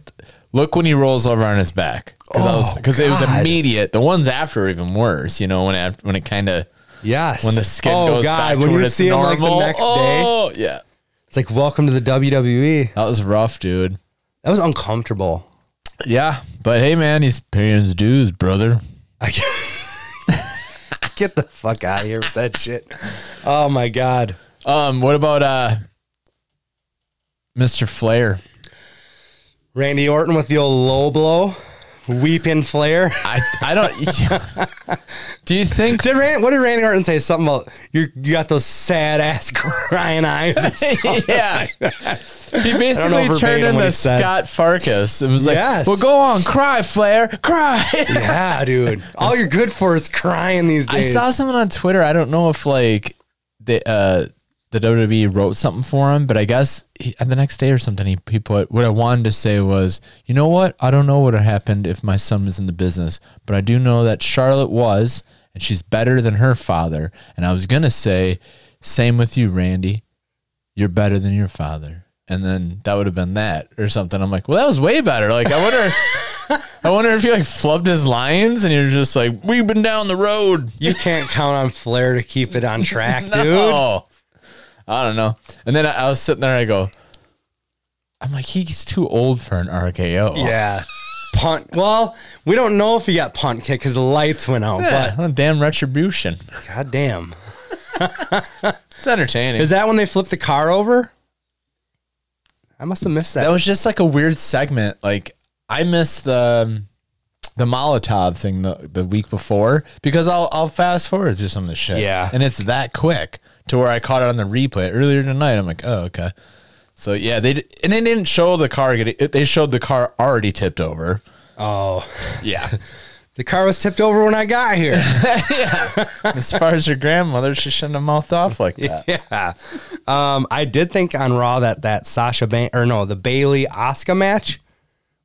[SPEAKER 2] look when he rolls over on his back because I was because it was
[SPEAKER 1] Oh, God.
[SPEAKER 2] immediate. The ones after are even worse. You know when it, when it kind of
[SPEAKER 1] Yes.
[SPEAKER 2] when the skin
[SPEAKER 1] oh,
[SPEAKER 2] goes
[SPEAKER 1] God,
[SPEAKER 2] back
[SPEAKER 1] when
[SPEAKER 2] to
[SPEAKER 1] you
[SPEAKER 2] when it's
[SPEAKER 1] see
[SPEAKER 2] normal.
[SPEAKER 1] him like the next day,
[SPEAKER 2] oh, yeah,
[SPEAKER 1] it's like welcome to the WWE.
[SPEAKER 2] that was rough, dude.
[SPEAKER 1] That was uncomfortable.
[SPEAKER 2] Yeah, but hey, man, he's paying his dues, brother.
[SPEAKER 1] I get, (laughs) get the fuck out of here with that shit. Oh my god.
[SPEAKER 2] Um, what about uh, Mr. Flair?
[SPEAKER 1] Randy Orton with the old low blow, weeping flare. (laughs)
[SPEAKER 2] I I don't. (laughs) do you think?
[SPEAKER 1] Did Ran- what did Randy Orton say? Something about you, you got those sad ass (laughs) crying
[SPEAKER 2] (laughs)
[SPEAKER 1] eyes. Or something.
[SPEAKER 2] yeah. He
[SPEAKER 1] don't know
[SPEAKER 2] basically turned
[SPEAKER 1] verbatim what he
[SPEAKER 2] into
[SPEAKER 1] said.
[SPEAKER 2] Scott Farkas. It was like,
[SPEAKER 1] Yes.
[SPEAKER 2] well, go on, cry, Flair, cry. (laughs)
[SPEAKER 1] yeah, dude. All you're good for is crying these
[SPEAKER 2] I
[SPEAKER 1] days.
[SPEAKER 2] saw someone on Twitter. I don't know if like the uh, the WWE wrote something for him, but I guess he, uh, the next day or something, he, he put what I wanted to say was, you know what? I don't know what would have happened if my son was in the business, but I do know that Charlotte was, and she's better than her father. And I was gonna say, same with you, Randy. You're better than your father. And then that would have been that or something. I'm like, well, that was way better. Like, I wonder. I wonder if (laughs) you like flubbed his lines and you're just like, we've been down the road.
[SPEAKER 1] you can't count on Flair to keep it on track, dude.
[SPEAKER 2] (laughs) No. I don't know. And then I, I was sitting there, I go, I'm like, he's too old for an RKO.
[SPEAKER 1] Yeah. Punt. Well, we don't know if he got punt kick because the lights went out,
[SPEAKER 2] Yeah, well, damn retribution.
[SPEAKER 1] but goddamn.
[SPEAKER 2] It's entertaining.
[SPEAKER 1] Is that when they flipped the car over? I must have missed that.
[SPEAKER 2] That was just like a weird segment. Like I missed the the Molotov thing the, the week before because I'll I'll fast forward through some of the shit.
[SPEAKER 1] Yeah.
[SPEAKER 2] And it's that quick to where I caught it on the replay earlier tonight. I'm like, oh okay. So yeah, they d- and they didn't show the car getting. it- They showed the car already tipped over.
[SPEAKER 1] oh,
[SPEAKER 2] Yeah.
[SPEAKER 1] the car was tipped over when I got here.
[SPEAKER 2] as far as your grandmother, she shouldn't have mouthed off like that.
[SPEAKER 1] (laughs) yeah. Um, I did think on Raw that that Sasha Ban- or no, the Bailey Oscar match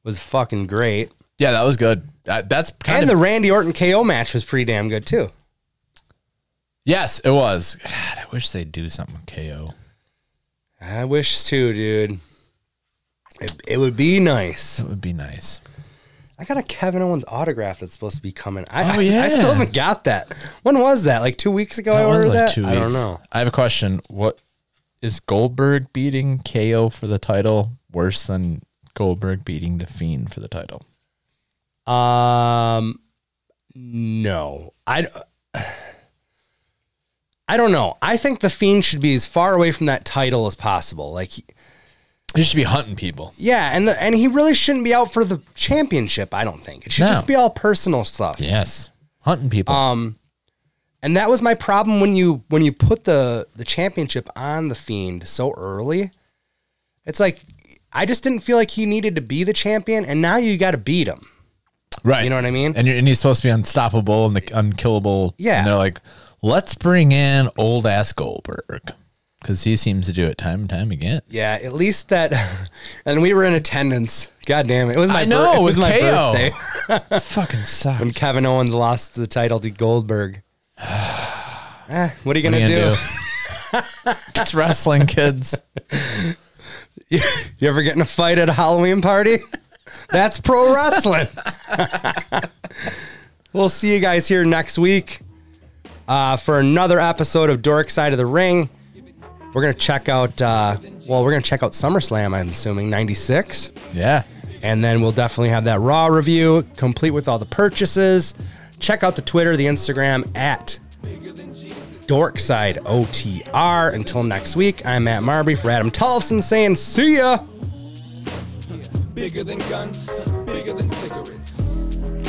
[SPEAKER 1] was fucking great,
[SPEAKER 2] Yeah, that was good. That, that's kind
[SPEAKER 1] and
[SPEAKER 2] of
[SPEAKER 1] the Randy Orton KO match was pretty damn good too.
[SPEAKER 2] yes, it was. God, I wish they'd do something with KO.
[SPEAKER 1] I wish too, dude. It, it would be nice.
[SPEAKER 2] It would be nice.
[SPEAKER 1] I got a Kevin Owens autograph that's supposed to be coming. I,
[SPEAKER 2] Oh,
[SPEAKER 1] I,
[SPEAKER 2] yeah.
[SPEAKER 1] still haven't got that. When was that? Like two weeks ago? I
[SPEAKER 2] That
[SPEAKER 1] ordered
[SPEAKER 2] one's like
[SPEAKER 1] that.
[SPEAKER 2] two weeks.
[SPEAKER 1] I don't know.
[SPEAKER 2] I have a question. What is Goldberg beating KO for the title worse than Goldberg beating the Fiend for the title?
[SPEAKER 1] Um, no, I. (sighs) I don't know. I think the Fiend should be as far away from that title as possible. Like,
[SPEAKER 2] He should be hunting people.
[SPEAKER 1] yeah, and the, and he really shouldn't be out for the championship. I don't think it should
[SPEAKER 2] No.
[SPEAKER 1] just be all personal stuff.
[SPEAKER 2] Yes, hunting people.
[SPEAKER 1] And that was my problem when you when you put the the championship on the Fiend so early. It's like I just didn't feel like he needed to be the champion, and now you got to beat him.
[SPEAKER 2] right.
[SPEAKER 1] You know what I mean?
[SPEAKER 2] and, you're, and he's supposed to be unstoppable and the unkillable.
[SPEAKER 1] Yeah.
[SPEAKER 2] And they're like, let's bring in old ass Goldberg because he seems to do it time and time again.
[SPEAKER 1] Yeah, at least that. (laughs) And we were in attendance. God damn it! It was my
[SPEAKER 2] I
[SPEAKER 1] bir-
[SPEAKER 2] know,
[SPEAKER 1] it was
[SPEAKER 2] with
[SPEAKER 1] my
[SPEAKER 2] KO.
[SPEAKER 1] birthday
[SPEAKER 2] Fucking sucks.
[SPEAKER 1] when Kevin Owens lost the title to Goldberg. (sighs) Eh, what are you
[SPEAKER 2] What
[SPEAKER 1] gonna,
[SPEAKER 2] are you
[SPEAKER 1] do?
[SPEAKER 2] gonna do? it's wrestling, kids.
[SPEAKER 1] (laughs) You ever get in a fight at a Halloween party? (laughs) That's pro wrestling. (laughs) we'll see you guys here next week uh, for another episode of Dork Side of the Ring. We're gonna check out. Uh, well, we're gonna check out SummerSlam. I'm assuming '96.
[SPEAKER 2] Yeah.
[SPEAKER 1] And then we'll definitely have that raw review, complete with all the purchases. Check out the Twitter, the Instagram at Dorkside OTR. Until next week, I'm Matt Marby for Adam Tolfson saying, see ya.
[SPEAKER 6] bigger than guns, bigger than cigarettes,